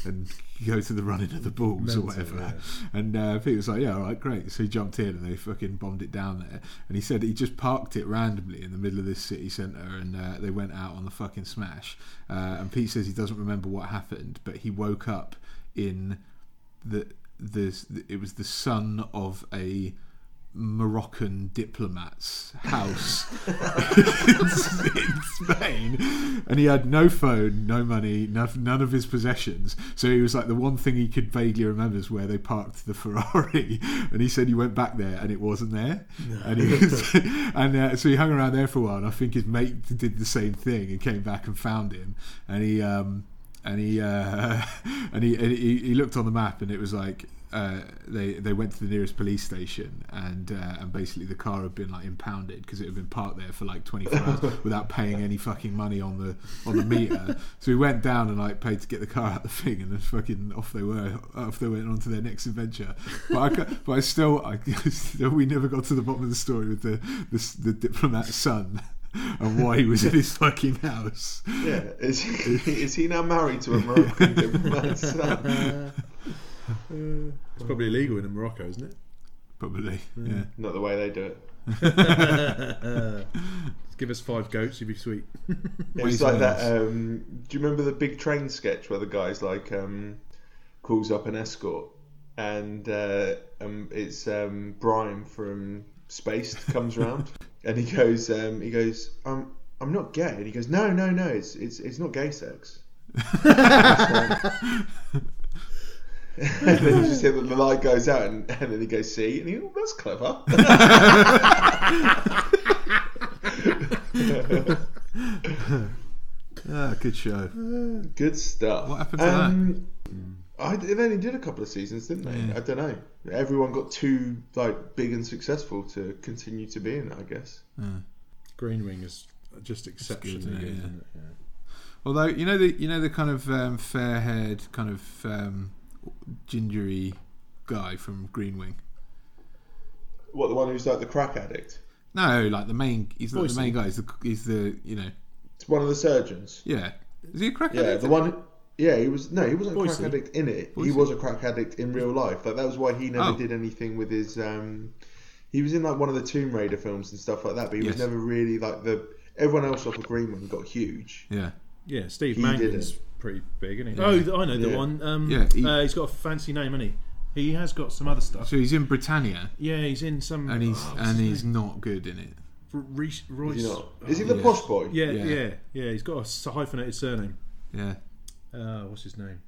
Speaker 2: and go to the running of the bulls or
Speaker 3: Mental,
Speaker 2: whatever.
Speaker 3: yeah.
Speaker 2: And uh, Pete was like, yeah, all right, great. So he jumped in and they fucking bombed it down there. And he said he just parked it randomly in the middle of this city centre and uh, they went out on the fucking smash. Uh, and Pete says he doesn't remember what happened, but he woke up in the this it was the son of a Moroccan diplomat's house in, in Spain, and he had no phone, no money, no, none of his possessions. So he was like the one thing he could vaguely remember is where they parked the Ferrari, and he said he went back there and it wasn't there, and he was, and uh, so he hung around there for a while. And I think his mate did the same thing and came back and found him, and he. Um, and he uh, and he, and he he looked on the map and it was like uh, they they went to the nearest police station and uh, and basically the car had been like impounded because it had been parked there for like 24 hours without paying any fucking money on the on the meter. so we went down and like paid to get the car out the thing and then fucking off they were off they went on to their next adventure. But I ca- but I still I still, we never got to the bottom of the story with the the, s- the diplomat's son and why he was in his fucking house.
Speaker 1: Yeah. Is he, is he now married to a Moroccan diplomat's son?
Speaker 3: Uh, it's probably illegal in Morocco, isn't it?
Speaker 2: Probably, yeah.
Speaker 1: Not the way they do it.
Speaker 3: Give us five goats, you'd be sweet.
Speaker 1: It
Speaker 2: Ways
Speaker 1: was like
Speaker 2: and
Speaker 1: that. Um, do you remember the big train sketch where the guy's like um, calls up an escort, and uh, um, it's um, Brian from Spaced comes round, and he goes, um, he goes, I'm I'm not gay, and he goes, no, no, no, it's it's it's not gay sex. and then you just hear that the light goes out, and, and then he goes, see, and he, oh, that's clever.
Speaker 2: Ah, good show.
Speaker 3: Uh,
Speaker 1: Good stuff.
Speaker 2: What happened to
Speaker 1: that? I, they only did a couple of seasons, didn't they? I don't know. Everyone got too like big and successful to continue to be in it. I guess.
Speaker 3: Green Wing is just exceptionally
Speaker 2: isn't it?
Speaker 3: good.
Speaker 2: Yeah.
Speaker 3: Isn't it? Yeah.
Speaker 2: Although you know the you know the kind of um, fair-haired, kind of um, gingery guy from Green Wing.
Speaker 1: What the one who's like the crack addict?
Speaker 2: No, like the main. He's not the
Speaker 3: Boysen.
Speaker 2: main guy. He's the he's the you know
Speaker 1: It's one of the surgeons.
Speaker 2: yeah. Is he a cracker?
Speaker 1: Yeah, the one. Yeah, he was no, he wasn't a
Speaker 3: Boysen.
Speaker 1: crack addict in it. He
Speaker 2: Boysen.
Speaker 1: was a crack addict in real life. Like that was why he never
Speaker 2: Oh.
Speaker 1: did anything with his. Um, he was in like one of the Tomb Raider films and stuff like that, but he
Speaker 2: Yes.
Speaker 1: was never really like the. Everyone else off of Green Room got huge.
Speaker 2: Yeah.
Speaker 3: Yeah, Steve
Speaker 1: He
Speaker 3: Mangan's
Speaker 1: did
Speaker 3: pretty big, isn't he? Oh, th- I know the
Speaker 1: Yeah.
Speaker 3: one. Um,
Speaker 2: Yeah, he-
Speaker 3: uh, he's got a fancy name, isn't he? He has got some other stuff.
Speaker 2: So he's in Britannia,
Speaker 3: Yeah, he's in some.
Speaker 2: and he's
Speaker 3: oh, what's
Speaker 2: and
Speaker 3: his
Speaker 2: he's
Speaker 3: name?
Speaker 2: not good in it.
Speaker 3: R- Reece- Royce.
Speaker 1: You know, is he
Speaker 3: Oh,
Speaker 1: the
Speaker 2: yeah.
Speaker 1: posh boy?
Speaker 3: yeah,
Speaker 2: Yeah.
Speaker 3: yeah, yeah, He's got a s- hyphenated surname.
Speaker 2: Yeah.
Speaker 3: Uh, what's his name?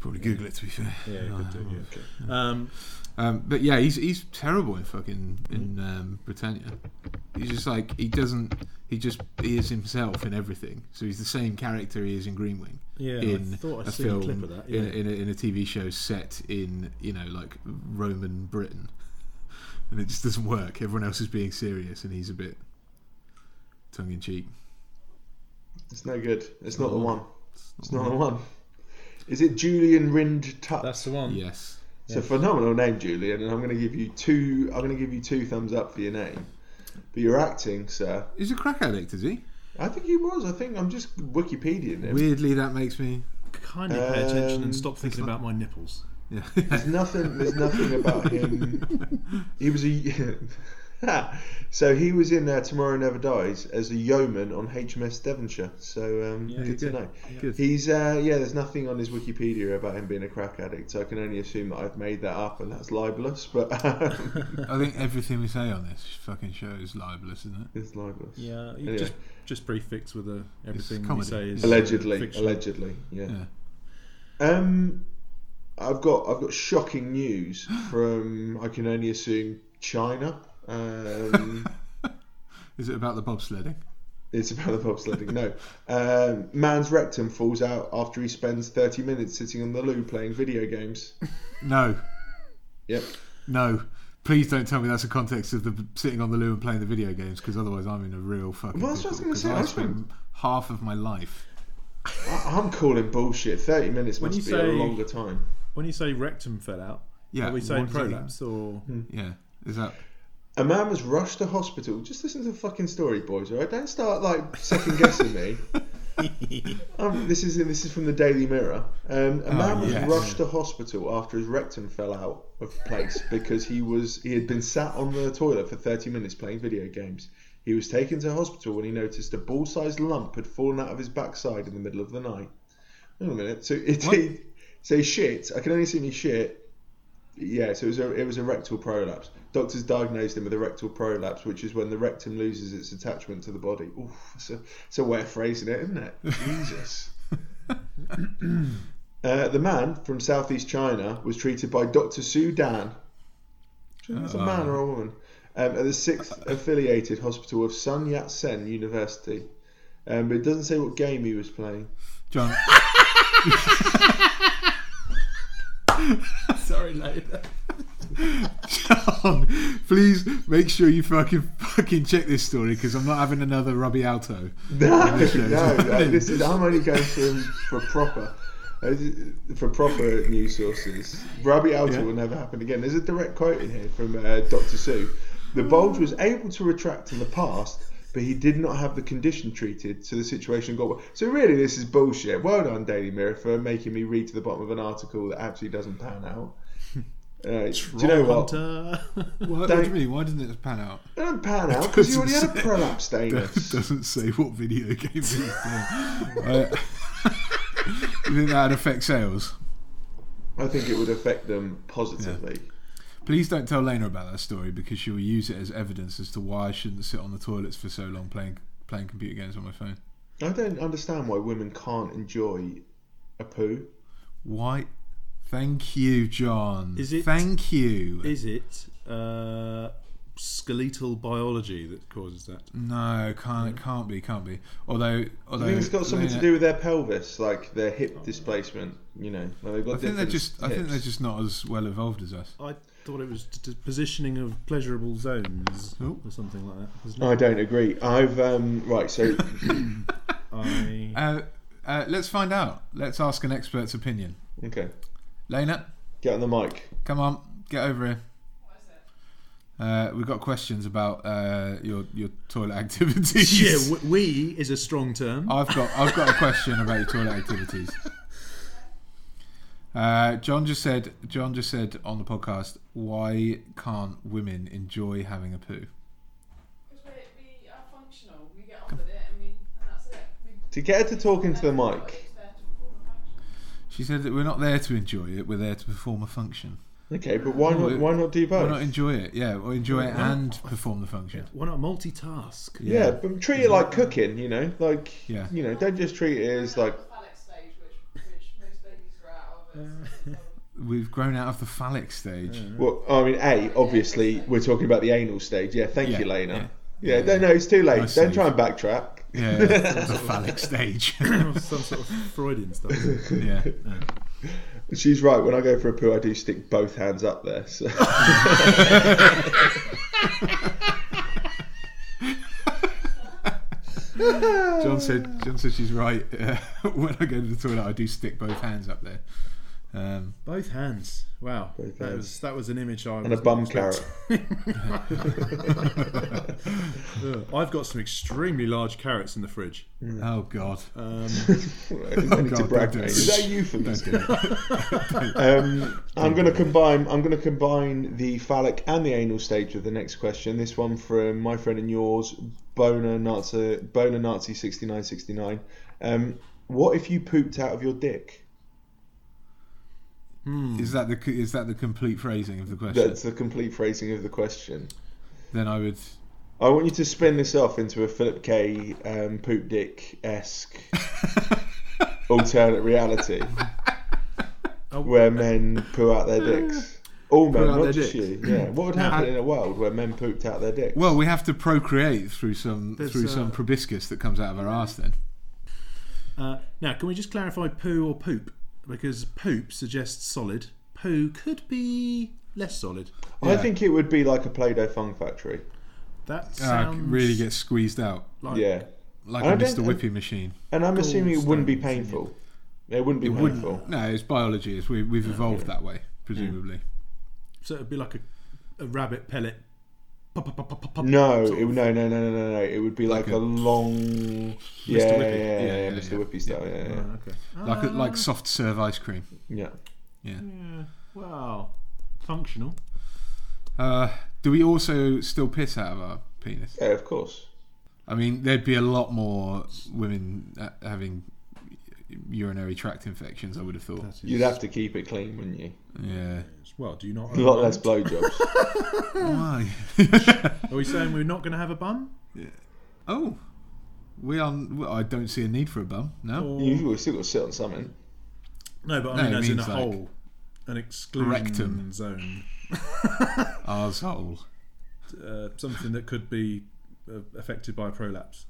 Speaker 2: Probably Google it to be fair.
Speaker 3: Yeah,
Speaker 2: Oh,
Speaker 3: good dude,
Speaker 2: well.
Speaker 3: yeah. Um,
Speaker 2: Um, but yeah, he's he's terrible in fucking in um, Britannia. He's just like he doesn't. He just he is himself in everything. So he's the same character he is in Green Wing.
Speaker 3: yeah,
Speaker 2: in
Speaker 3: I thought
Speaker 2: a
Speaker 3: I'd seen
Speaker 2: film
Speaker 3: a clip of that. Yeah.
Speaker 2: in, a, in, a, in a TV show set in you know like Roman Britain, and it just doesn't work. Everyone else is being serious, and he's a bit tongue in cheek.
Speaker 1: It's no good. It's not the one. It's not the one. Is it Julian Rind Tuck?
Speaker 3: That's the one.
Speaker 2: Yes,
Speaker 1: it's a phenomenal name, Julian, and I'm going to give you two. I'm going to give you two thumbs up for your name. But your acting, sir.
Speaker 2: he's a crack addict, is he?
Speaker 1: I think he was. I think I'm just Wikipediaing him.
Speaker 2: Weirdly, that makes me
Speaker 3: Kindly pay attention
Speaker 1: Um,
Speaker 3: and stop thinking about my nipples.
Speaker 2: yeah.
Speaker 1: There's nothing. There's nothing about him. He was a. so he was in there Tomorrow Never Dies as a yeoman on HMS Devonshire. So um,
Speaker 3: Yeah,
Speaker 1: good to
Speaker 2: good.
Speaker 1: know.
Speaker 2: Good.
Speaker 1: He's uh, yeah. There's nothing on his Wikipedia about him being a crack addict, so I can only assume that I've made that up and that's libelous. But um,
Speaker 2: I think everything we say on this fucking show is libelous, isn't it?
Speaker 1: it's libelous.
Speaker 3: Yeah, you
Speaker 1: Anyway.
Speaker 3: just just prefix with a everything you
Speaker 2: comedy.
Speaker 3: say is
Speaker 1: Allegedly,
Speaker 3: fictional.
Speaker 1: allegedly, yeah.
Speaker 2: Yeah.
Speaker 1: Um, I've got I've got shocking news from I can only assume China. Um,
Speaker 2: Is it about the bobsledding?
Speaker 1: it's about the bobsledding. No, um, man's rectum falls out after he spends thirty minutes sitting on the loo playing video games.
Speaker 2: No,
Speaker 1: Yep.
Speaker 2: no. Please don't tell me that's the context of the sitting on the loo and playing the video games, because otherwise I'm in a real fucking.
Speaker 1: Well, that's what I was
Speaker 2: pickle,
Speaker 1: gonna say,
Speaker 2: 'cause
Speaker 1: I
Speaker 2: I spend half of my life.
Speaker 1: I, I'm calling bullshit. Thirty minutes
Speaker 3: When
Speaker 1: must be
Speaker 3: you
Speaker 1: a
Speaker 3: say-
Speaker 1: longer time.
Speaker 3: When you say rectum fell out,
Speaker 2: Yeah,
Speaker 3: are we
Speaker 2: what
Speaker 3: saying
Speaker 2: does that mean?
Speaker 3: prolapse or
Speaker 1: Hmm.
Speaker 2: Yeah, is that?
Speaker 1: A man was rushed to hospital. Just listen to the fucking story, boys. All right, don't start like second guessing me. Um, this is this is from the Daily Mirror. Um, a man was
Speaker 2: Oh, yes.
Speaker 1: rushed to hospital after his rectum fell out of place because he was he had been sat on the toilet for 30 minutes playing video games. He was taken to hospital when he noticed a ball-sized lump had fallen out of his backside in the middle of the night. Hang on a minute. So it
Speaker 2: What?
Speaker 1: he, so he shit. I can only see me shit. Yeah. So it was a it was a rectal prolapse. Doctors diagnosed him with a rectal prolapse, which is when the rectum loses its attachment to the body. Oof, it's a, it's a way of phrasing it, isn't it? Jesus. Uh, the man from southeast China was treated by Dr. Su Dan. Do you think it's a man or a woman? Um, at the sixth affiliated hospital of Sun Yat sen University. Um, but it doesn't say what game he was playing.
Speaker 2: John,
Speaker 3: sorry later?
Speaker 2: John, please make sure you fucking fucking check this story because I'm not having another Robbie Alto.
Speaker 1: No,
Speaker 2: shows.
Speaker 1: no, no, this is, I'm only going for, for proper. uh, For proper news sources, Rabi Alta
Speaker 2: Yeah.
Speaker 1: will never happen again. There's a direct quote in here from uh, Dr. Sue. The bulge was able to retract in the past, but he did not have the condition treated, so the situation got worse. So, really, this is bullshit. Well done, Daily Mirror, for making me read to the bottom of an article that absolutely doesn't pan out. Uh, do you know what? It
Speaker 2: What, what do you mean? Why doesn't it pan out?
Speaker 1: doesn't pan out because you already had a
Speaker 2: Doesn't say-
Speaker 1: prolapse
Speaker 2: It
Speaker 1: status.
Speaker 2: doesn't say what video game it is. yeah. Uh, you think that'd affect sales?
Speaker 1: I think it would affect them positively.
Speaker 2: Please don't tell Lena about that story because she will use it as evidence as to why I shouldn't sit on the toilets for so long playing playing computer games on my phone.
Speaker 1: I don't understand why women can't enjoy a poo.
Speaker 2: Why? Thank you, John.
Speaker 3: Is it-
Speaker 2: Thank you.
Speaker 3: Is it uh, skeletal biology that causes that?
Speaker 2: no, can't it can't be, can't be. Although, although
Speaker 1: I think it's got something to
Speaker 2: Lena-
Speaker 1: do with their pelvis, like their hip displacement. You know, where they've got
Speaker 2: I think they're
Speaker 1: different
Speaker 2: just. I think
Speaker 1: hips.
Speaker 2: they're just not as well evolved as us.
Speaker 3: I thought it was t- t- positioning of pleasurable zones
Speaker 2: Oh.
Speaker 3: or something like that. Wasn't
Speaker 1: I don't agree. I've um, right. So
Speaker 3: it? I,
Speaker 2: Uh, uh, let's find out. Let's ask an expert's opinion.
Speaker 1: okay,
Speaker 2: Lena,
Speaker 1: get on the mic.
Speaker 2: Come on, get over here. Uh, we've got questions about uh, your your toilet activities.
Speaker 3: yeah, w- we is a strong term.
Speaker 1: Oh,
Speaker 2: I've got I've got a question about your toilet activities. Uh, John just said John just said on the podcast, why can't women enjoy having a poo?
Speaker 4: Because we, we are uh, functional, we get on with it, and, we, and that's it. We
Speaker 1: To get her to talk into the mic.
Speaker 2: She said that we're not there to enjoy it; we're there to perform a function.
Speaker 1: Okay, but why not? Why not do
Speaker 2: Why
Speaker 1: both?
Speaker 2: not enjoy it? Yeah, or enjoy it and perform the function.
Speaker 3: Why not multitask?
Speaker 1: yeah, but treat it like cooking. You know, like
Speaker 2: Yeah.
Speaker 1: you know, don't just treat it as like
Speaker 4: panic stage, which, which most ladies are out of. It's,
Speaker 2: We've grown out of the phallic stage.
Speaker 1: Well, I mean, A, obviously, we're talking about the anal stage. Yeah, thank
Speaker 2: Yeah,
Speaker 1: you, Lena. Yeah,
Speaker 2: yeah.
Speaker 1: no, no, it's too late.
Speaker 2: Nice
Speaker 1: Don't
Speaker 2: save.
Speaker 1: try and backtrack.
Speaker 2: Yeah, the phallic stage.
Speaker 3: Some sort of Freudian stuff.
Speaker 2: yeah.
Speaker 1: She's right. When I go for a poo, I do stick both hands up there. So.
Speaker 2: John said, John said she's right. Uh, when I go to the toilet, I do stick both hands up there. Um,
Speaker 3: Both hands. Wow.
Speaker 1: Both
Speaker 3: that
Speaker 1: hands.
Speaker 3: was that was an image I
Speaker 1: And a
Speaker 3: was
Speaker 1: bum carrot. Um,
Speaker 3: I've got some extremely large carrots in the fridge.
Speaker 1: Hmm.
Speaker 2: oh God,
Speaker 3: Um,
Speaker 1: I need to
Speaker 2: Oh, God,
Speaker 1: brag,
Speaker 2: don't do
Speaker 1: mate.
Speaker 2: it.
Speaker 1: Is that you for
Speaker 2: don't
Speaker 1: this?
Speaker 2: do it.
Speaker 1: Um, I'm going to combine. I'm going to combine the phallic and the anal stage with the next question. This one from my friend and yours, Bona Nazi, Bona Nazi sixty nine sixty nine. Um, what if you pooped out of your dick?
Speaker 2: Is that the is that the complete phrasing of the question?
Speaker 1: That's the complete phrasing of the question.
Speaker 2: Then I would.
Speaker 1: I want you to spin this off into a Philip K. Um, poop dick esque alternate reality where men poo out their dicks. All men,
Speaker 2: out
Speaker 1: not
Speaker 2: their
Speaker 1: just you.
Speaker 2: dicks.
Speaker 1: Yeah. What would happen in a world where men pooped out their dicks?
Speaker 2: Well, we have to procreate through some
Speaker 3: There's,
Speaker 2: through
Speaker 3: uh,
Speaker 2: some proboscis that comes out of our arse. Then
Speaker 3: uh, now, can we just clarify poo or poop? Because poop suggests solid. Poo could be less solid.
Speaker 1: I think it would be like a Play-Doh Fun Factory.
Speaker 3: That
Speaker 2: Ah,
Speaker 3: sounds
Speaker 2: really gets squeezed out
Speaker 3: like
Speaker 1: yeah,
Speaker 2: like
Speaker 1: I
Speaker 2: a Mr.
Speaker 1: don't-
Speaker 2: Whippy machine.
Speaker 1: and I'm assuming it wouldn't be
Speaker 3: Gallstones, isn't
Speaker 1: painful. It wouldn't be
Speaker 3: wouldn't.
Speaker 1: painful.
Speaker 2: No, it's biology. It's we, we've evolved that way, presumably.
Speaker 3: So it'd be like a, a rabbit pellet. Pop, pop, pop, pop, pop, pop,
Speaker 1: No,
Speaker 3: sort
Speaker 1: it,
Speaker 3: of.
Speaker 1: no, no, no, no, no, no. It would be like,
Speaker 2: Like
Speaker 1: a,
Speaker 2: a-
Speaker 1: long, yeah, yeah, yeah,
Speaker 2: Whippy. Yeah, yeah,
Speaker 1: Mr.
Speaker 2: yeah.
Speaker 1: Whippy style, yeah, yeah.
Speaker 3: Ah, okay.
Speaker 2: Like a, like soft serve ice cream.
Speaker 1: yeah.
Speaker 3: Yeah. Wow. Functional.
Speaker 2: Uh, do we also still piss out of our penis?
Speaker 1: Yeah, of course.
Speaker 2: I mean, there'd be a lot more women uh, having urinary tract infections. I would have thought.
Speaker 3: That is,
Speaker 1: You'd have to keep it clean, wouldn't you?
Speaker 2: Yeah.
Speaker 3: well, do you not?
Speaker 1: A lot less blowjobs.
Speaker 2: Why?
Speaker 3: Are we saying we're not going to have a bum?
Speaker 2: oh, we are. well, I don't see a need for a bum. No.
Speaker 3: Or...
Speaker 1: You've still got to sit on something.
Speaker 3: No, but I
Speaker 2: No,
Speaker 3: mean,
Speaker 2: it
Speaker 3: as in a
Speaker 2: means, like,
Speaker 3: whole, an exclusion
Speaker 2: rectum.
Speaker 3: zone,
Speaker 1: Oh.
Speaker 2: Arsehole.
Speaker 3: uh, something that could be uh, affected by a prolapse.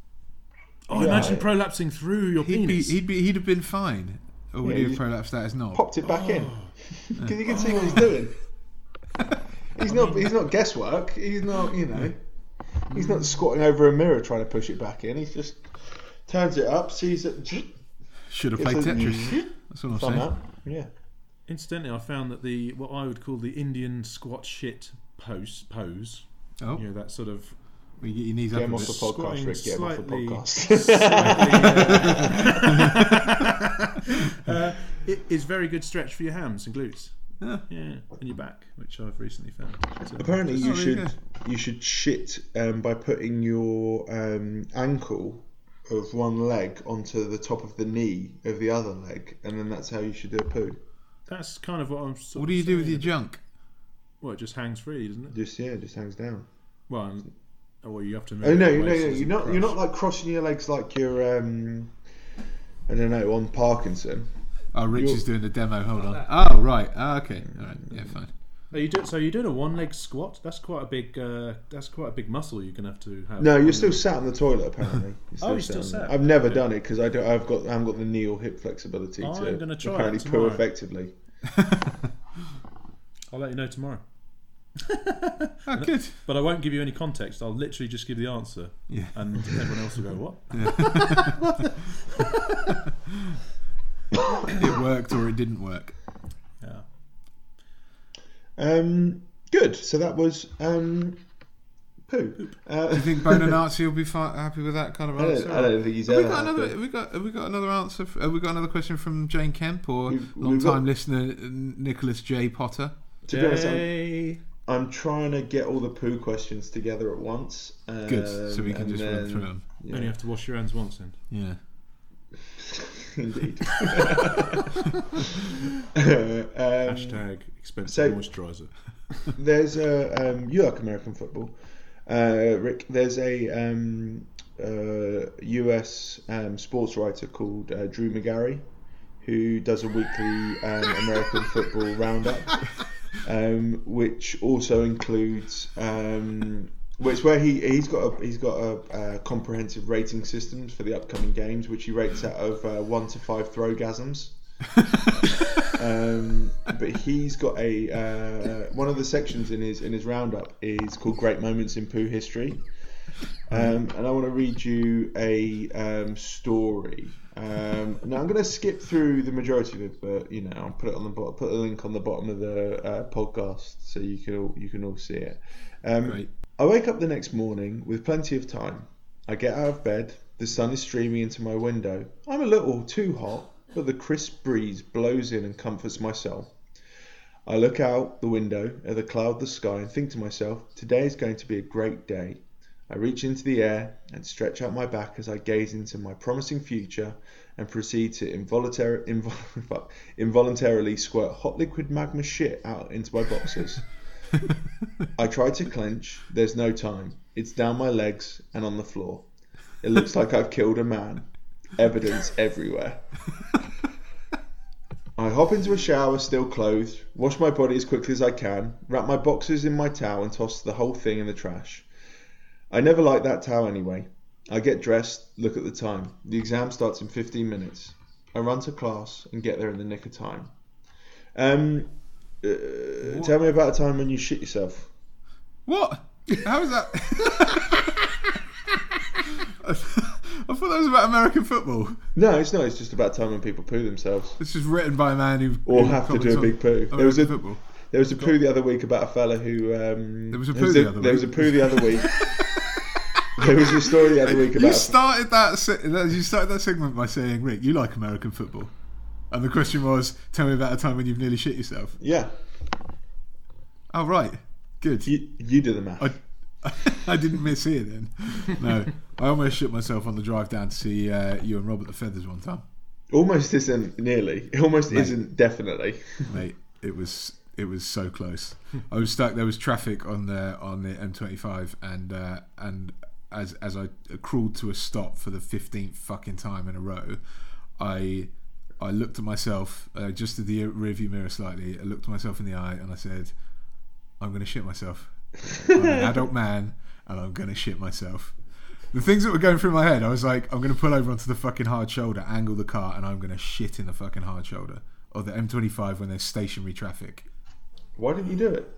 Speaker 3: Oh,
Speaker 1: Yeah.
Speaker 3: imagine prolapsing through your
Speaker 2: He'd be,
Speaker 3: penis.
Speaker 2: he'd be. He'd have been fine. Or would
Speaker 1: Yeah,
Speaker 2: he
Speaker 1: you-
Speaker 2: have prolapsed out his knob?
Speaker 1: Popped it back in. 'Cause in because you can see what he's doing. He's not. He's not guesswork. He's not. You know. He's not squatting over a mirror trying to push it back in. He's just turns it up, sees it.
Speaker 2: Should have
Speaker 1: It's
Speaker 2: played
Speaker 1: a-
Speaker 2: Tetris. That's what I'm
Speaker 1: Done
Speaker 2: saying.
Speaker 1: that. Yeah.
Speaker 3: Incidentally, I found that the what I would call the Indian squat shit pose, pose,
Speaker 2: Oh,
Speaker 3: you know, that sort of
Speaker 2: well, you get your knees up
Speaker 1: Get
Speaker 2: a
Speaker 1: him off
Speaker 2: bit.
Speaker 1: the podcast,
Speaker 3: Squatting
Speaker 1: Rick. Get him off the
Speaker 3: slightly-
Speaker 1: podcast.
Speaker 3: uh, it is very good stretch for your hams and glutes.
Speaker 2: Yeah.
Speaker 3: Yeah, and your back, which I've recently found. So-
Speaker 1: Apparently, you
Speaker 2: Oh, there you
Speaker 1: should you should shit um, by putting your um, ankle of one leg onto the top of the knee of the other leg, and then that's how you should do a poo.
Speaker 3: that's kind of what I'm. Sort
Speaker 2: What do you do with your
Speaker 3: job?
Speaker 2: junk?
Speaker 3: Well, it just hangs free, doesn't it?
Speaker 1: Just yeah, it just hangs down.
Speaker 3: Well, and- oh, well, you have to. Move
Speaker 1: Oh
Speaker 3: it
Speaker 1: no,
Speaker 3: away
Speaker 1: no, no!
Speaker 3: so it doesn't
Speaker 1: You're not you're not
Speaker 3: crush.
Speaker 1: like crossing your legs like you're um, I don't know on Parkinson.
Speaker 2: Oh, Rich
Speaker 1: You're-
Speaker 2: is doing the demo. Hold on. Oh, right. Ah, okay. All right. Yeah, fine.
Speaker 3: Are you do, so you're doing a one-leg squat. That's quite a big. Uh, that's quite a big muscle you're gonna have to have.
Speaker 1: No, you're still sat on the toilet apparently.
Speaker 3: Oh, you're still
Speaker 1: on
Speaker 3: sat.
Speaker 1: it. I've never done it because I don't. I've got I haven't got the knee or hip flexibility
Speaker 3: Oh, I'm
Speaker 1: to
Speaker 3: gonna try
Speaker 1: apparently
Speaker 3: that
Speaker 1: poo
Speaker 3: tomorrow.
Speaker 1: effectively.
Speaker 3: I'll let you know tomorrow,
Speaker 2: Oh, good.
Speaker 3: but I won't give you any context. I'll literally just give the answer,
Speaker 2: Yeah.
Speaker 3: and everyone else will go, "What?"
Speaker 2: It worked or it didn't work.
Speaker 3: Yeah.
Speaker 1: Um, good. So that was um, poo. Uh,
Speaker 2: Do you think Bonanazzi will be fi- happy with that kind of
Speaker 1: I
Speaker 2: answer?
Speaker 1: don't, I don't think he's
Speaker 2: Have
Speaker 1: ever.
Speaker 2: we got another.
Speaker 1: happy.
Speaker 2: Have we got. Have we got another answer? f have we got another question from Jane Kemp or
Speaker 1: We've- we've
Speaker 2: long-time
Speaker 1: got-
Speaker 2: listener Nicholas J. Potter?
Speaker 1: To be honest, I'm,
Speaker 3: Yay.
Speaker 1: I'm trying to get all the poo questions together at once. Um,
Speaker 2: Good. so we can
Speaker 1: and
Speaker 2: just
Speaker 1: then,
Speaker 2: run through them.
Speaker 1: yeah.
Speaker 3: Only have to wash your hands once. Then.
Speaker 2: Yeah.
Speaker 1: Indeed. Uh, um,
Speaker 3: Hashtag expensive
Speaker 1: so-
Speaker 3: moisturiser.
Speaker 1: there's a um, you like American football, uh, Rick. There's a um, uh, US um, sports writer called uh, Drew McGarry, who does a weekly um, American football roundup, um, which also includes. Um, which where he he's got a he's got a, uh comprehensive rating systems for the upcoming games, which he rates out of uh, one to five throwgasms. Um, but he's got a uh, one of the sections in his in his roundup is called Great Moments in Poo History, Um, and I want to read you a um, story. Um, now I'm going to skip through the majority of it, but you know I'll put it on the bot- put a link on the bottom of the uh, podcast so you can all, you can all see it. Um,
Speaker 2: Great.
Speaker 1: I wake up the next morning with plenty of time. I get out of bed. The sun is streaming into my window. I'm a little too hot, but the crisp breeze blows in and comforts my soul. I look out the window at the cloudless sky and think to myself, today is going to be a great day. I reach into the air and stretch out my back as I gaze into my promising future and proceed to involuntary, invol- fuck, involuntarily squirt hot liquid magma shit out into my boxes. um, I try to clench, there's no time. It's down my legs and on the floor. It looks like I've killed a man. Evidence everywhere. I hop into a shower, still clothed, wash my body as quickly as I can, wrap my boxes in my towel, and toss the whole thing in the trash. I never liked that towel anyway. I get dressed, look at the time. The exam starts in 15 minutes. I run to class and get there in the nick of time. Um, uh, tell me about a time when you shit yourself.
Speaker 2: What? How is that? I thought that was about American football.
Speaker 1: No, it's not. It's just about time when people poo themselves.
Speaker 2: This is written by a man who
Speaker 1: Or
Speaker 2: who
Speaker 1: have to
Speaker 2: comments
Speaker 1: do a
Speaker 2: on
Speaker 1: big poo.
Speaker 2: American
Speaker 1: There was a-
Speaker 2: football.
Speaker 1: There was a poo the other week about a fella who. Um,
Speaker 2: There was a
Speaker 1: there was
Speaker 2: poo
Speaker 1: a-
Speaker 2: the other
Speaker 1: There was a
Speaker 2: week.
Speaker 1: poo the other week. there was a story the other week about.
Speaker 2: You
Speaker 1: a-
Speaker 2: started that. se- that- You started that segment by saying, "Rick, you like American football," and the question was, "Tell me about a time when you've nearly shit yourself."
Speaker 1: yeah,
Speaker 2: Oh, right. Good.
Speaker 1: you, you do the math.
Speaker 2: I, I didn't miss here then. No, I almost shit myself on the drive down to see uh, you and Robert the Feathers one time,
Speaker 1: Almost isn't nearly. It Almost isn't definitely.
Speaker 2: mate. It was it was so close. I was stuck. There was traffic on the on the M25, and uh, and as as I crawled to a stop for the fifteenth fucking time in a row, I I looked at myself uh, just at the rearview mirror slightly. I looked myself in the eye and I said, "I'm going to shit myself." I'm an adult man and I'm gonna shit myself. The things that were going through my head, I was like, I'm gonna pull over onto the fucking hard shoulder, angle the car, and I'm gonna shit in the fucking hard shoulder. Or the M25 when there's stationary traffic.
Speaker 1: Why didn't you do it?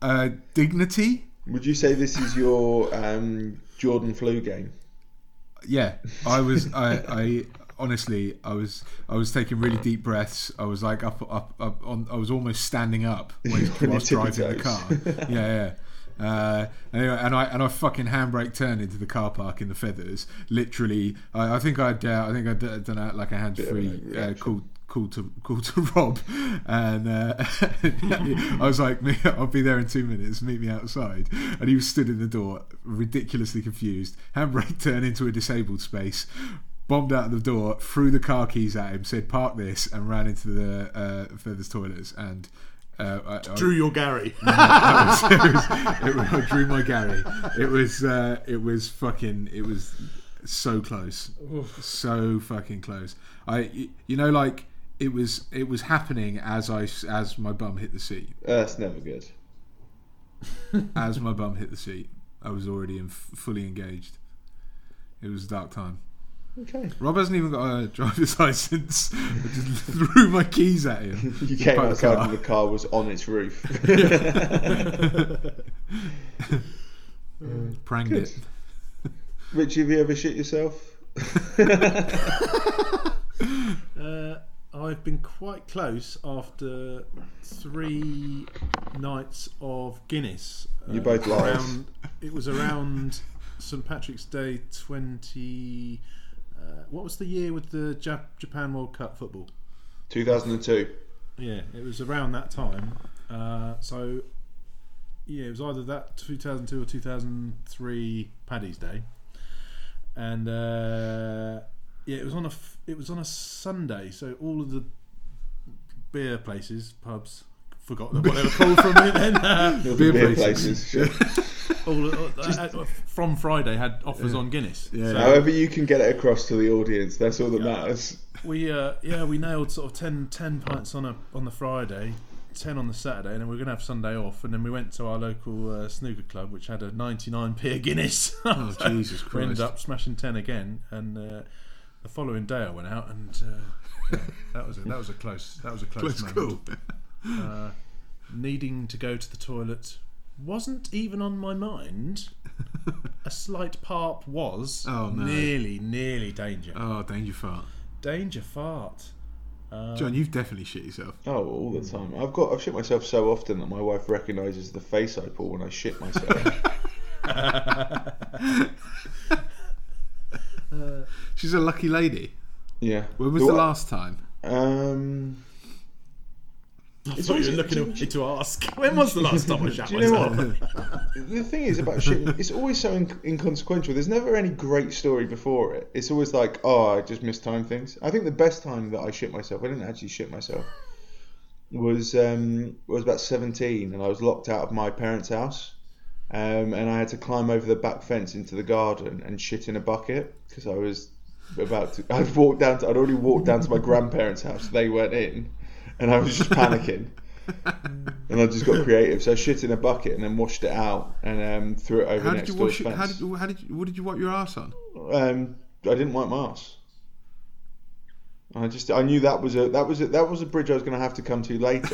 Speaker 2: Uh, dignity?
Speaker 1: Would you say this is your um, Jordan flu game?
Speaker 2: Yeah, I was. I, I honestly, I was. I was taking really deep breaths. I was like up, up, up. On, I was almost standing up when
Speaker 1: On your
Speaker 2: I was driving the
Speaker 1: tippy-toes.
Speaker 2: car. Yeah, yeah. Uh, anyway, and I and I fucking handbrake turned into the car park in the feathers. Literally, I, I think I'd. Uh, I think I'd uh, done a, like a hand free
Speaker 1: Bit of a
Speaker 2: uh,
Speaker 1: reaction.
Speaker 2: called called to called to Rob, and uh, I was like, "Me- "I'll be there in two minutes. Meet me outside." And he was stood in the door, ridiculously confused. Handbrake turned into a disabled space. Bombed out the door, threw the car keys at him, said "Park this," and ran into the uh, feathers toilets. And uh, I, I-
Speaker 5: Drew your Gary.
Speaker 2: that was- it was, it was, I drew my Gary. It was, uh, it was fucking, it was so close, so fucking close. I, y- you know, like it was, it was happening as I, s- as my bum hit the seat,
Speaker 1: Uh, that's never good.
Speaker 2: as my bum hit the seat, I was already in, fully engaged. It was a dark time.
Speaker 1: Okay.
Speaker 2: Rob hasn't even got a driver's license. I just threw my keys at him.
Speaker 1: You came
Speaker 2: Parked the
Speaker 1: outside
Speaker 2: car.
Speaker 1: and the car was on its roof.
Speaker 2: Pranged
Speaker 1: Good.
Speaker 2: it.
Speaker 1: Rich, have you ever shit yourself?
Speaker 3: Uh, I've been quite close after three nights of Guinness. uh,
Speaker 1: You both lied.
Speaker 3: around- It was around St Patrick's Day 20. Uh, what was the year with the Jap- Japan World Cup football?
Speaker 1: 2002.
Speaker 3: Yeah, it was around that time. Uh, so, yeah, it was either that 2002 or 2003 Paddy's Day, and uh, yeah, it was on a f- it was on a Sunday. So all of the beer places, pubs, forgot what they were called from it then. Uh,
Speaker 1: Beer,
Speaker 2: Beer
Speaker 1: beer
Speaker 2: places.
Speaker 1: places. sure.
Speaker 3: all, all- uh, from Friday had offers on Guinness.
Speaker 2: Yeah.
Speaker 3: So-
Speaker 1: However, you can get it across to the audience. That's all that matters.
Speaker 3: We uh, yeah, we nailed sort of 10, 10 pints on a on the Friday, ten on the Saturday, and then we were gonna have Sunday off. And then we went to our local uh, snooker club, which had a ninety nine p Guinness.
Speaker 2: Oh, Jesus
Speaker 3: we ended
Speaker 2: Christ.
Speaker 3: up smashing ten again, and uh, the following day I went out and uh, yeah, that was a, that was a close that was a close,
Speaker 2: Close
Speaker 3: moment.
Speaker 2: call.
Speaker 3: Uh, needing to go to the toilet wasn't even on my mind. a slight parp was
Speaker 2: Oh, no.
Speaker 3: nearly, nearly danger.
Speaker 2: Oh, danger fart.
Speaker 3: Danger fart. Um,
Speaker 2: John, you've definitely shit yourself.
Speaker 1: Oh, all the time. I've got I've shit myself so often that my wife recognises the face I pull when I shit myself.
Speaker 2: She's a lucky lady.
Speaker 1: yeah.
Speaker 2: When was
Speaker 1: Do
Speaker 2: the
Speaker 1: I-
Speaker 2: last time?
Speaker 1: Um.
Speaker 3: I thought you were looking away to ask. When was the last time I shat
Speaker 1: Do you know
Speaker 3: myself?
Speaker 1: The thing is about shit. It's always so in- inconsequential. There's never any great story before it. It's always like, oh, I just mistimed things. I think the best time that I shit myself, I didn't actually shit myself, was um, I was about 17 and I was locked out of my parents' house, um, and I had to climb over the back fence into the garden and shit in a bucket because I was about to. I'd walked down. To, I'd already walked down to my grandparents' house. They weren't in, and I was just panicking and I just got creative. So I shit in a bucket and then washed it out and um, threw it over
Speaker 2: How did
Speaker 1: next
Speaker 2: you
Speaker 1: door's
Speaker 2: wash? Your,
Speaker 1: fence.
Speaker 2: how did? How did? You, what did you wipe your ass on?
Speaker 1: Um, I didn't wipe my ass. I just I knew that was a that was a, that was a bridge I was going to have to come to later.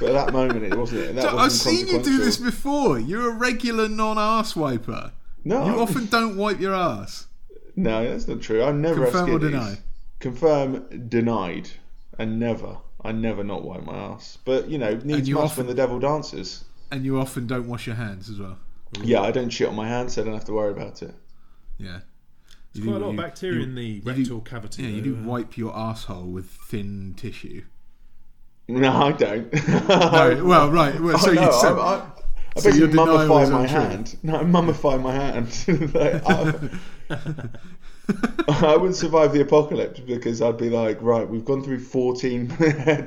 Speaker 1: but at that moment, it wasn't. That
Speaker 2: John, I've
Speaker 1: wasn't
Speaker 2: seen you do this
Speaker 1: consequential.
Speaker 2: before. You're a regular non-ass wiper.
Speaker 1: No,
Speaker 2: You
Speaker 1: I'm-
Speaker 2: often don't wipe your ass.
Speaker 1: no, that's not true. I never have
Speaker 2: Confirm or
Speaker 1: skiddies.
Speaker 2: deny?
Speaker 1: Confirm denied, and never. I never not wipe my ass. But you know, needs
Speaker 2: you
Speaker 1: must
Speaker 2: often-
Speaker 1: when the devil dances.
Speaker 2: And you often don't wash your hands as well.
Speaker 1: Yeah, I don't shit on my hands, so I don't have to worry about it.
Speaker 2: Yeah. You
Speaker 3: Quite a
Speaker 2: do-
Speaker 3: lot of
Speaker 2: you-
Speaker 3: bacteria
Speaker 2: you-
Speaker 3: in the
Speaker 2: do-
Speaker 3: rectal cavity.
Speaker 2: Yeah, you
Speaker 3: though.
Speaker 2: do wipe your asshole with thin tissue.
Speaker 1: No, I don't.
Speaker 2: No, well, right. Well, so
Speaker 1: Oh, no,
Speaker 2: you, so,
Speaker 1: I, I, I
Speaker 2: so
Speaker 1: basically
Speaker 2: your denial
Speaker 1: mummify
Speaker 2: is
Speaker 1: my
Speaker 2: untrue.
Speaker 1: hand. No, I mummify my hand. Like, I, I would survive the apocalypse because I'd be like, right, we've gone through 14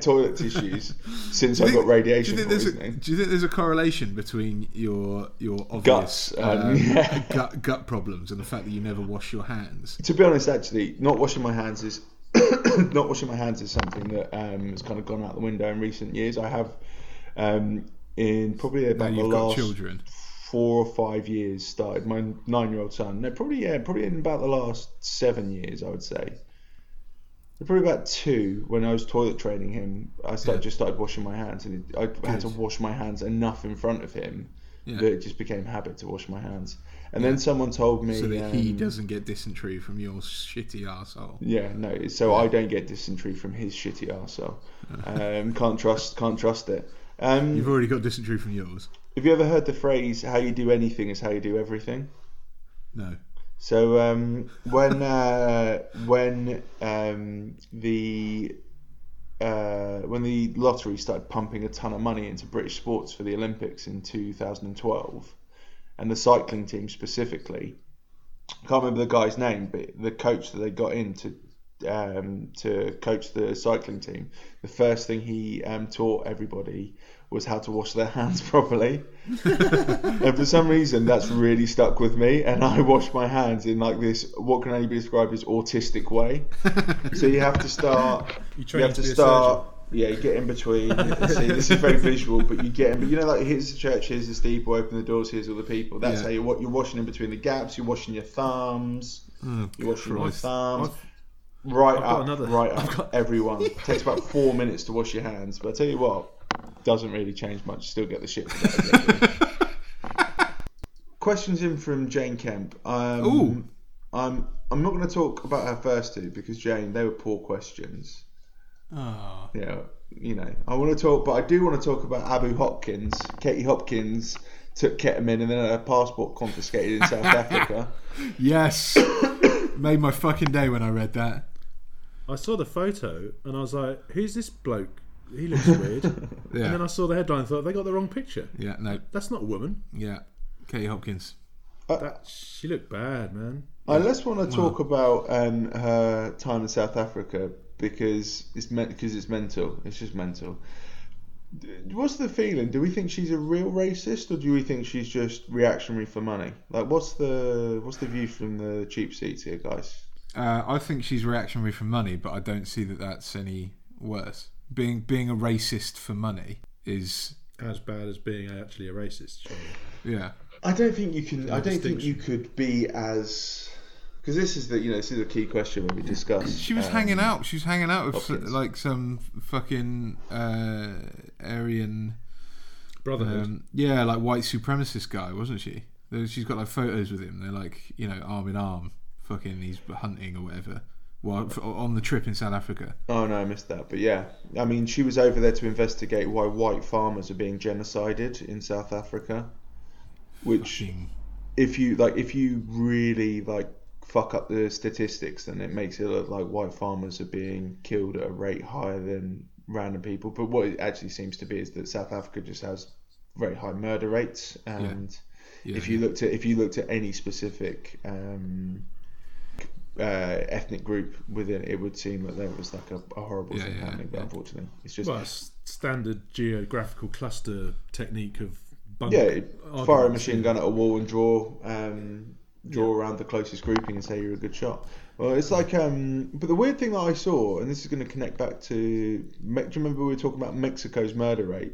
Speaker 1: toilet tissues since I got radiation
Speaker 2: do you, think there's a,
Speaker 1: poisoning.
Speaker 2: do you think there's a correlation between your your obvious
Speaker 1: Guts, um, yeah.
Speaker 2: gut gut problems and the fact that you never wash your hands?
Speaker 1: To be honest, actually, not washing my hands is not washing my hands is something that um, has kind of gone out the window in recent years. I have um, in probably
Speaker 2: Now
Speaker 1: about the
Speaker 2: you've got
Speaker 1: last
Speaker 2: children.
Speaker 1: four or five years started my nine-year-old son no probably yeah probably in about the last seven years i would say probably about two when i was toilet training him i started
Speaker 2: Yeah.
Speaker 1: just started washing my hands and it, i had to
Speaker 2: Good.
Speaker 1: wash my hands enough in front of him
Speaker 2: Yeah.
Speaker 1: that it just became habit to wash my hands and then someone told me
Speaker 2: so that he
Speaker 1: um,
Speaker 2: doesn't get dysentery from your shitty asshole.
Speaker 1: yeah, no. So I don't get dysentery from his shitty arsehole. Um, can't trust, can't trust it. Um,
Speaker 2: You've already got dysentery from yours.
Speaker 1: have you ever heard the phrase "how you do anything is how you do everything"?
Speaker 2: No.
Speaker 1: So um, when uh, when um, the uh, when the lottery started pumping a ton of money into British sports for the Olympics in 2012, and the cycling team specifically, I can't remember the guy's name, but the coach that they got in to um, to coach the cycling team, the first thing he um, taught everybody was how to wash their hands properly. And for some reason, that's really stuck with me. And I wash my hands in like this, what can only be described as autistic way. So you have to start.
Speaker 3: You
Speaker 1: You,
Speaker 3: train
Speaker 1: have
Speaker 3: to
Speaker 1: to
Speaker 3: be a
Speaker 1: start. Yeah, you get in between. See, this is very visual, but you get in. But you know, like here's the church, here's the steeple, open the doors, here's all the people. That's
Speaker 2: Yeah.
Speaker 1: how you what you're washing in between the gaps. You're washing your thumbs.
Speaker 2: Oh,
Speaker 1: You're washing
Speaker 2: Christ.
Speaker 1: your thumbs.
Speaker 2: I've-
Speaker 1: Right
Speaker 3: got
Speaker 1: up,
Speaker 3: another.
Speaker 1: right
Speaker 3: Mm, I've
Speaker 1: up,
Speaker 3: got-
Speaker 1: everyone. takes about four minutes to wash your hands, but I tell you what, doesn't really change much. Still get the shit. from it. Questions in from Jane Kemp. Um,
Speaker 2: Ooh.
Speaker 1: I'm I'm not going to talk about her first two because Jane, they were poor questions.
Speaker 3: Ah.
Speaker 2: Oh.
Speaker 1: Yeah, you know, I want to talk, but I do want to talk about Abu Hopkins. Katie Hopkins took ketamine and then had her passport confiscated in South Africa.
Speaker 2: Yes. Made my fucking day when I read that.
Speaker 3: I saw the photo and I was like, who's this bloke? He looks weird.
Speaker 2: Yeah.
Speaker 3: And then I saw the headline and thought, they got the wrong picture.
Speaker 2: Yeah, no.
Speaker 3: That's not a woman.
Speaker 2: Yeah. Katie Hopkins.
Speaker 3: That She looked bad, man.
Speaker 1: I less want to talk about um, her time in South Africa because it's because it's mental. It's just mental. D- What's the feeling? Do we think she's a real racist, or do we think she's just reactionary for money? Like, what's the what's the view from the cheap seats here, guys?
Speaker 2: Uh, I think she's reactionary for money, but I don't see that that's any worse. Being being a racist for money is
Speaker 3: As bad as being actually a racist. surely.
Speaker 2: yeah.
Speaker 1: I don't think you can. I don't think
Speaker 3: distinction.
Speaker 1: you could be as because this is the you know this is a key question when we discuss.
Speaker 2: She was
Speaker 1: um,
Speaker 2: hanging out. She was hanging out with s
Speaker 1: Hopkins.
Speaker 2: like some fucking uh, Aryan
Speaker 3: Brotherhood.
Speaker 2: Um, yeah, like white supremacist guy, wasn't she? There- She's got like photos with him. They're like you know arm in arm, fucking he's hunting or whatever. Well, f- on the trip in South Africa.
Speaker 1: Oh no, I missed that. But yeah, I mean, she was over there to investigate why white farmers are being genocided in South Africa. Which,
Speaker 2: Fucking-
Speaker 1: if you like, if you really like fuck up the statistics, then it makes it look like white farmers are being killed at a rate higher than random people. But what it actually seems to be is that South Africa just has very high murder rates, and
Speaker 2: yeah,
Speaker 1: if you looked at if you looked at any specific um, uh, ethnic group within it, it would seem that there was like a, a horrible
Speaker 2: Yeah,
Speaker 1: thing
Speaker 2: yeah,
Speaker 1: happening. But
Speaker 2: yeah.
Speaker 1: unfortunately, it's just
Speaker 3: well, it's standard geographical cluster technique of bunk
Speaker 1: yeah, it-
Speaker 3: arguments.
Speaker 1: fire a machine gun at a wall and draw um, draw around the closest grouping and say you're a good shot. Well, it's like um, but the weird thing that I saw, and this is going to connect back to Me- do you remember we were talking about Mexico's murder rate?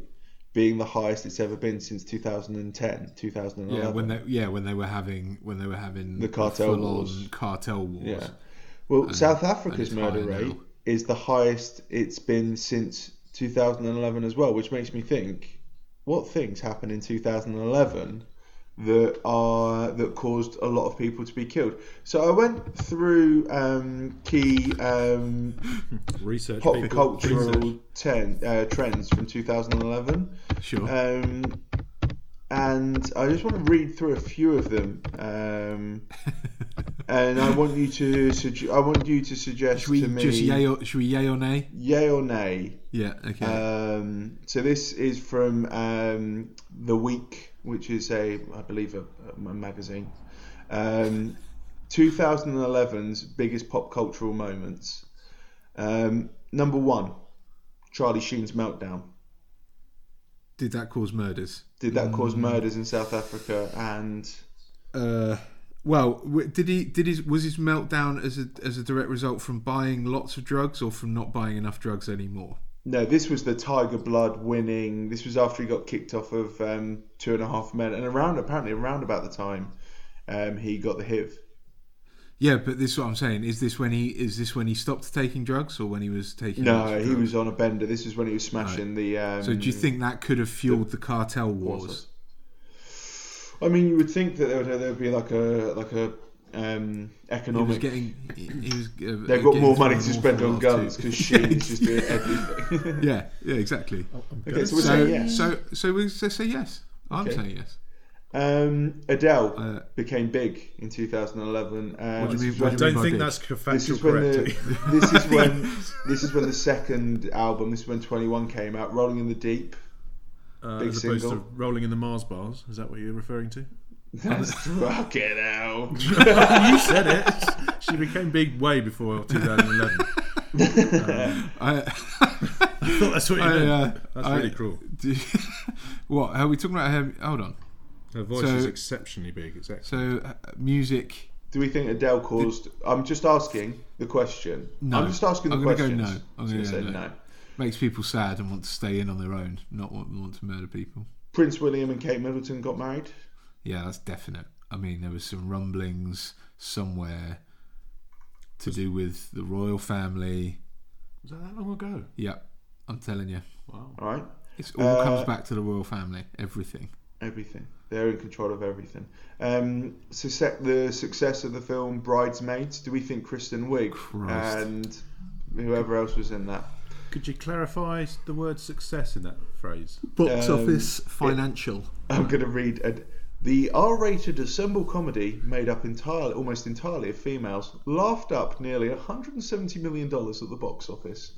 Speaker 1: Being the highest it's ever been since 2010, 2011.
Speaker 2: yeah, when they yeah when they were having when they were having
Speaker 1: The cartel
Speaker 2: full-on
Speaker 1: wars.
Speaker 2: cartel wars.
Speaker 1: Yeah. Well, South Africa's
Speaker 2: it's
Speaker 1: murder
Speaker 2: higher
Speaker 1: rate
Speaker 2: now.
Speaker 1: is the highest it's been since 2011 as well, which makes me think what things happened in 2011 that are that caused a lot of people to be killed. So I went through um, key um,
Speaker 3: research
Speaker 1: pop
Speaker 3: people.
Speaker 1: cultural ten, uh, trends from 2011.
Speaker 2: Sure.
Speaker 1: Um, and I just want to read through a few of them, um, and I want you to sugge- I want you to suggest
Speaker 2: should we
Speaker 1: to me
Speaker 2: just yay or should we yay or nay?
Speaker 1: yay or nay.
Speaker 2: Yeah. Okay.
Speaker 1: Um, so this is from um, the Week, which is a I believe a, a magazine. Um, 2011's biggest pop cultural moments. Um, number one, Charlie Sheen's meltdown.
Speaker 2: Did that cause murders?
Speaker 1: Did that
Speaker 2: Mm.
Speaker 1: cause murders in South Africa? And
Speaker 2: Uh, well, w- did he did his was his meltdown as a as a direct result from buying lots of drugs or from not buying enough drugs anymore?
Speaker 1: no, this was the Tiger Blood winning. This was after he got kicked off of um, Two and a Half Men, and around apparently around about the time um, he got the HIV.
Speaker 2: Yeah, but this is what I'm saying. Is this when he is this when he stopped taking drugs or when he was taking? lots
Speaker 1: No,
Speaker 2: of
Speaker 1: he
Speaker 2: drugs?
Speaker 1: was on a bender. This is when he was smashing the. Um,
Speaker 2: So do you think that could have fueled the cartel wars?
Speaker 1: I mean, you would think that there would, there would be like a like a um,
Speaker 2: He was
Speaker 1: economic.
Speaker 2: getting. He he was, uh,
Speaker 1: They've got
Speaker 2: getting
Speaker 1: more money
Speaker 2: thrown
Speaker 1: to
Speaker 2: an
Speaker 1: spend
Speaker 2: awful
Speaker 1: on
Speaker 2: lot
Speaker 1: guns
Speaker 2: too.
Speaker 1: because Sheen's just doing everything.
Speaker 2: yeah, yeah, exactly.
Speaker 1: okay, so we're
Speaker 2: So,
Speaker 1: saying yes.
Speaker 2: so, so we say, say yes. I'm
Speaker 1: Okay.
Speaker 2: saying yes.
Speaker 1: Um, Adele
Speaker 2: Uh,
Speaker 1: became big in 2011. Uh,
Speaker 2: What do you
Speaker 1: this
Speaker 2: mean-
Speaker 1: is
Speaker 2: what
Speaker 1: when-
Speaker 2: do
Speaker 3: I
Speaker 2: you mean by
Speaker 3: don't think
Speaker 2: big?
Speaker 3: that's
Speaker 1: This
Speaker 3: factual
Speaker 1: is when
Speaker 3: correct.
Speaker 1: the this is when this is when the second album, this is when 21 came out, Rolling in the Deep.
Speaker 3: uh,
Speaker 1: big
Speaker 3: as opposed
Speaker 1: single.
Speaker 3: to rolling in the Mars bars. Is that what you're referring to?
Speaker 1: That's fucking hell.
Speaker 3: you said it. She became big way before 2011.
Speaker 2: I,
Speaker 3: That's what you
Speaker 2: I, uh,
Speaker 3: meant. That's
Speaker 2: I-
Speaker 3: really cruel.
Speaker 2: do- what are we talking about? Her, hold on.
Speaker 3: Her voice
Speaker 2: so-
Speaker 3: is exceptionally big. It's excellent.
Speaker 2: So, uh, music.
Speaker 1: Do we think Adele caused? I'm just asking the question.
Speaker 2: No.
Speaker 1: I'm just asking the
Speaker 2: I'm gonna go
Speaker 1: question.
Speaker 2: no. I'm
Speaker 1: I'm going to
Speaker 2: gonna
Speaker 1: say
Speaker 2: go
Speaker 1: no.
Speaker 2: no. makes people sad and want to stay in on their own, not want, want to murder people.
Speaker 1: Prince William and Kate Middleton got married.
Speaker 2: Yeah, that's definite. I mean, there was some rumblings somewhere to do with the royal family.
Speaker 3: Was that that long ago?
Speaker 2: Yep, I'm telling you,
Speaker 3: Wow.
Speaker 1: All right,
Speaker 2: it all
Speaker 1: Uh,
Speaker 2: comes back to the royal family. Everything.
Speaker 1: everything. They're in control of everything. Um, success, the success of the film Bridesmaids. Do we think Kristen Wiig
Speaker 2: Christ.
Speaker 1: and whoever else was in that?
Speaker 3: Could you clarify the word success in that phrase?
Speaker 2: Box
Speaker 1: Um, office,
Speaker 2: financial.
Speaker 1: I'm going to read a, the R-rated ensemble comedy made up entirely, almost entirely of females, laughed up nearly 170 million dollars at the box office.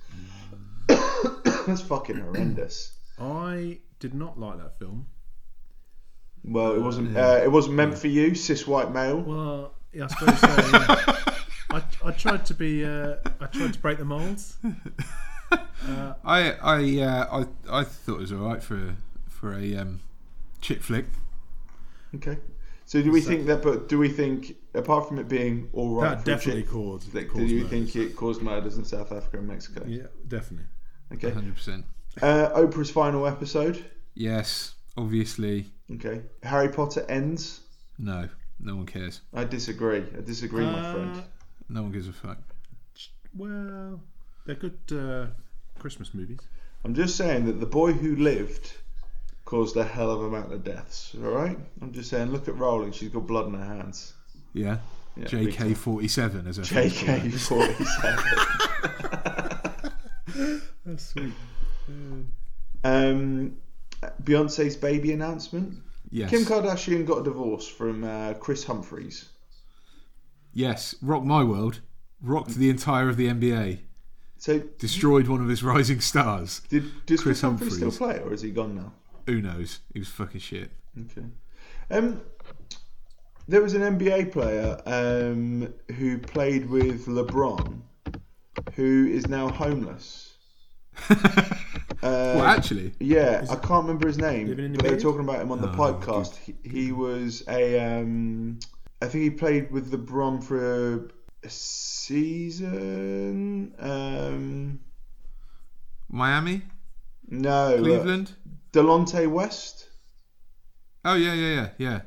Speaker 1: That's fucking horrendous.
Speaker 3: I did not like that film.
Speaker 1: Well, it wasn't. Uh, it wasn't meant for you, cis white male.
Speaker 3: Well, yeah, I suppose so. yeah. I, I tried to be. Uh, I tried to break the mould.
Speaker 2: I I uh, I I thought it was alright for a, for a um, chick flick.
Speaker 1: Okay. So do we think that? But do we think, apart from it being all right,
Speaker 3: That
Speaker 1: for a
Speaker 3: definitely
Speaker 1: chick
Speaker 3: caused.
Speaker 1: flick,
Speaker 3: caused
Speaker 1: do you
Speaker 3: murders.
Speaker 1: think it caused murders in South Africa and Mexico?
Speaker 3: Yeah, definitely.
Speaker 1: Okay.
Speaker 2: Hundred percent.
Speaker 1: Uh, Oprah's final episode.
Speaker 2: Yes, obviously.
Speaker 1: Okay. Harry Potter ends.
Speaker 2: No, no one cares.
Speaker 1: I disagree. I disagree, my friend.
Speaker 3: Uh,
Speaker 2: No one gives a fuck.
Speaker 3: Well, they're good uh, Christmas movies.
Speaker 1: I'm just saying that the boy who lived caused a hell of a amount of deaths. All right, I'm just saying. Look at Rowling; she's got blood in her hands.
Speaker 2: Yeah.
Speaker 1: Yeah, big time.
Speaker 2: JK forty seven as a
Speaker 1: JK forty-seven.
Speaker 3: That's sweet.
Speaker 1: um, Beyonce's baby announcement.
Speaker 2: Yes.
Speaker 1: Kim Kardashian got a divorce from uh, Chris Humphries.
Speaker 2: yes. Rocked my world. Rocked the entire of the NBA.
Speaker 1: So
Speaker 2: Destroyed one of his rising stars.
Speaker 1: did does Chris,
Speaker 2: Chris
Speaker 1: Humphries still
Speaker 2: Humphries.
Speaker 1: play, or is he gone now?
Speaker 2: Who knows? He was fucking shit.
Speaker 1: Okay. Um, there was an NBA player um, who played with LeBron, who is now homeless. Uh,
Speaker 2: well, actually,
Speaker 1: yeah, I can't remember his name,
Speaker 3: Living in the
Speaker 1: but they were
Speaker 3: hood?
Speaker 1: talking about him on the
Speaker 2: Oh,
Speaker 1: podcast. He, he was a, um, I think he played with LeBron for a season. Um,
Speaker 2: Miami,
Speaker 1: no, look.
Speaker 2: Cleveland.
Speaker 1: Delonte West.
Speaker 2: Oh yeah, yeah, yeah, yeah.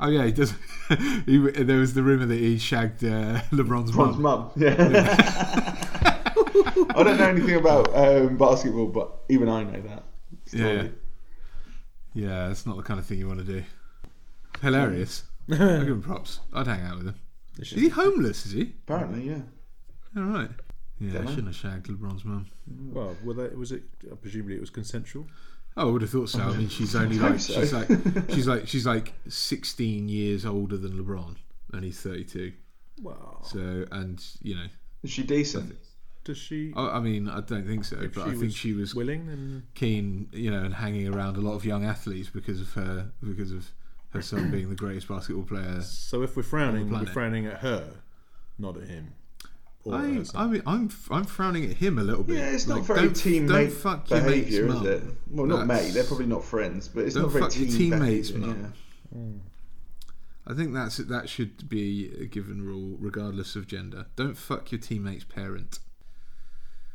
Speaker 2: Oh yeah, he does. he, there was the rumor that he shagged uh, LeBron's
Speaker 1: Ron's
Speaker 2: mum.
Speaker 1: mum. Yeah. I don't know anything about um, basketball, but even I know that.
Speaker 2: Yeah, yeah,
Speaker 1: story.
Speaker 2: yeah. That's not the kind of thing you want to do. Hilarious. I give him props. I'd hang out with him. Is he homeless? Is he?
Speaker 1: Apparently, yeah.
Speaker 2: All right. Yeah, I
Speaker 1: Dunno.
Speaker 2: shouldn't have shagged LeBron's mum.
Speaker 3: Well, were they, was it? uh, Presumably, it was consensual.
Speaker 2: Oh, I would have thought so. I mean, she's only
Speaker 1: hope
Speaker 2: like
Speaker 1: so.
Speaker 2: she's like she's like she's like 16 years older than LeBron, and he's 32.
Speaker 3: Wow.
Speaker 2: So, and you know,
Speaker 1: Is she decent?
Speaker 3: Does she?
Speaker 2: I, I mean, I don't think so,
Speaker 3: if
Speaker 2: but I think
Speaker 3: was
Speaker 2: she was
Speaker 3: willing and
Speaker 2: keen, you know, and hanging around a lot of young athletes because of her because of her son being the greatest basketball player.
Speaker 3: So if we're frowning, we're
Speaker 2: planet.
Speaker 3: frowning at her, not at him. Or
Speaker 2: I,
Speaker 3: her son.
Speaker 2: I mean, I'm I'm frowning at him a little bit.
Speaker 1: Yeah, it's not
Speaker 2: Like,
Speaker 1: very
Speaker 2: don't, don't
Speaker 1: teammate
Speaker 2: fuck your
Speaker 1: behaviour, is
Speaker 2: mate's mum.
Speaker 1: it? Well, not
Speaker 2: That's-
Speaker 1: mate. They're probably not friends, but it's
Speaker 2: Don't
Speaker 1: not very
Speaker 2: fuck your
Speaker 1: team
Speaker 2: teammates,
Speaker 1: behaviour,
Speaker 2: mum.
Speaker 1: yeah.
Speaker 2: I think that's that should be a given rule, regardless of gender. Don't fuck your teammate's parent.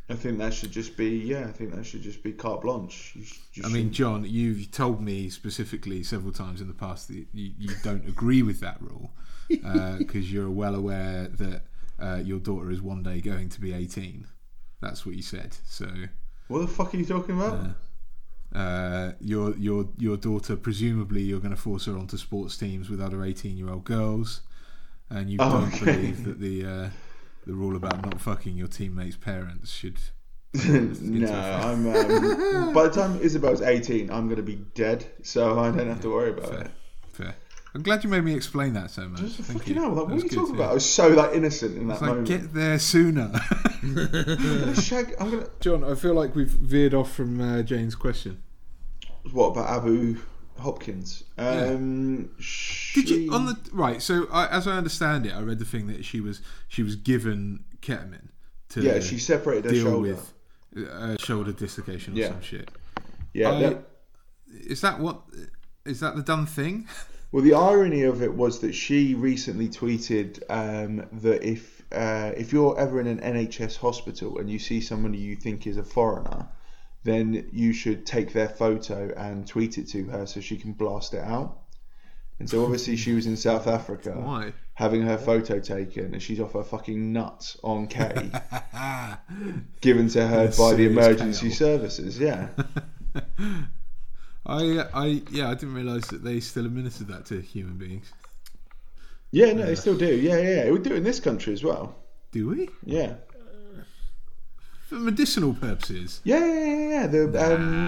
Speaker 1: I think that should just be yeah. I think that should just be carte blanche. You sh- you
Speaker 2: I mean,
Speaker 1: shouldn't-
Speaker 2: John, you've told me specifically several times in the past that you, you don't agree with that rule because you're well aware that uh, your daughter is one day going to be 18. That's what you said. So
Speaker 1: what the fuck are you talking about?
Speaker 2: uh, your your your daughter, presumably, you're going to force her onto sports teams with other 18 year old girls, and you
Speaker 1: Oh,
Speaker 2: don't
Speaker 1: okay.
Speaker 2: believe that the uh, the rule about not fucking your teammates' parents should.
Speaker 1: no, I'm. Um, by the time Isabel's eighteen, I'm gonna be dead, so I don't have to worry about
Speaker 2: Fair.
Speaker 1: it.
Speaker 2: Fair. I'm glad you made me explain that so much.
Speaker 1: Just
Speaker 2: Thank
Speaker 1: fucking
Speaker 2: you.
Speaker 1: hell! Like,
Speaker 2: That
Speaker 1: what
Speaker 2: was
Speaker 1: are you
Speaker 2: good,
Speaker 1: talking
Speaker 2: yeah.
Speaker 1: about? I was so like innocent in that
Speaker 2: It's like
Speaker 1: moment.
Speaker 2: get there sooner.
Speaker 1: I'm gonna shag. I'm gonna.
Speaker 2: John, I feel like we've veered off from uh, Jane's question.
Speaker 1: What about Abu Hopkins? Um, she...
Speaker 2: Did you on the right? So I, as I understand it, I read the thing that she was she was given ketamine to
Speaker 1: yeah? She separated her
Speaker 2: deal
Speaker 1: shoulder.
Speaker 2: with uh, shoulder dislocation or
Speaker 1: Yeah.
Speaker 2: some shit.
Speaker 1: Yeah.
Speaker 2: I-
Speaker 1: that-
Speaker 2: Is that what? Is that the done thing?
Speaker 1: well, the irony of it was that she recently tweeted um, that if uh, if you're ever in an NHS hospital and you see someone you think is a foreigner, then you should take their photo and tweet it to her so she can blast it out. And so obviously she was in South Africa.
Speaker 2: Why?
Speaker 1: having her photo taken and she's off her fucking nuts on K
Speaker 2: Ah,
Speaker 1: given to her by the
Speaker 2: serious
Speaker 1: emergency
Speaker 2: KO.
Speaker 1: services. Yeah.
Speaker 2: I I yeah I didn't realise that they still administered that to human beings.
Speaker 1: Yeah, no, they still do. Yeah, yeah. yeah. It would do it in this country as well.
Speaker 2: Do we?
Speaker 1: Yeah.
Speaker 2: For medicinal purposes.
Speaker 1: Yeah, yeah, yeah, yeah. The, um,
Speaker 2: Nah,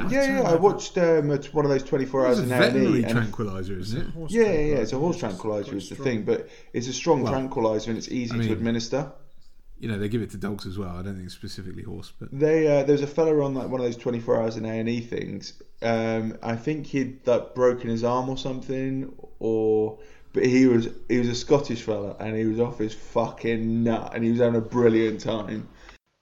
Speaker 1: yeah,
Speaker 2: it's
Speaker 1: yeah. I
Speaker 2: alright.
Speaker 1: watched um, it's one of those 24
Speaker 2: It's
Speaker 1: hours
Speaker 2: a
Speaker 1: in A&E.
Speaker 2: veterinary
Speaker 1: And,
Speaker 2: tranquilizer, isn't it?
Speaker 3: Horse
Speaker 1: yeah, yeah, yeah.
Speaker 3: tranquilizer,
Speaker 1: It's a horse
Speaker 3: it's
Speaker 1: tranquilizer
Speaker 3: quite
Speaker 1: is the
Speaker 3: strong.
Speaker 1: thing, but it's a strong
Speaker 2: Well,
Speaker 1: tranquilizer and it's easy
Speaker 2: mean-
Speaker 1: to administer.
Speaker 2: You know they give it to dogs as well. I don't think specifically horse, but
Speaker 1: They uh, there was a fella on like one of those twenty four hours in A and E things. Um, I think he'd like broken his arm or something, or but he was he was a Scottish fella and he was off his fucking nut and he was having a brilliant time.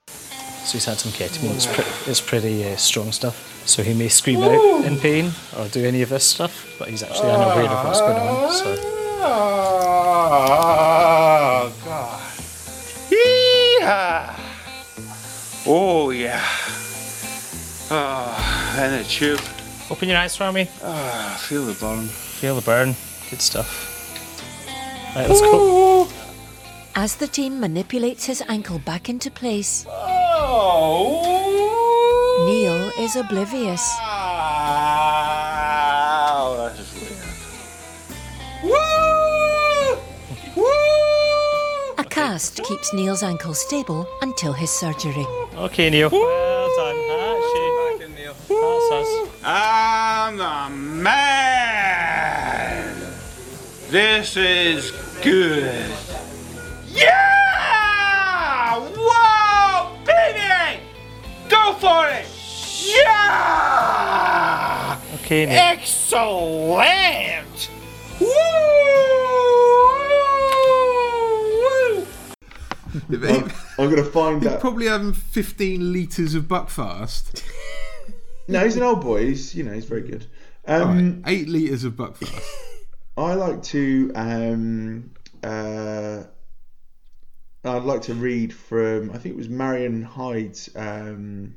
Speaker 5: So he's had some ketamine. It's, pre- it's pretty uh, strong stuff. So he may scream out in pain or do any of this stuff, but he's actually unaware of what's going on. So
Speaker 6: Oh, God. Yeehaw. Oh, yeah. Oh, and a tube.
Speaker 5: open your eyes for me.
Speaker 6: Ah, feel the burn.
Speaker 5: Feel the burn. Good stuff. Right, let's go.
Speaker 7: As the team manipulates his ankle back into place, Neil is oblivious.
Speaker 6: Ah.
Speaker 7: cast keeps Neil's ankle stable until his surgery.
Speaker 5: Okay, Neil. Well done. Actually, that's us.
Speaker 6: I'm the man. This is good. Yeah! Whoa, baby! Go for it! Yeah!
Speaker 5: Okay, Neil.
Speaker 6: Excellent! Woo! Woo!
Speaker 2: He-
Speaker 1: I'm gonna find
Speaker 2: He's
Speaker 1: that.
Speaker 2: probably having 15 litres of Buckfast.
Speaker 1: no, he's an old boy. He's you know he's very good. Um,
Speaker 2: 8 litres of Buckfast.
Speaker 1: I like to. Um, uh, I'd like to read from. I think it was Marion Hyde's um,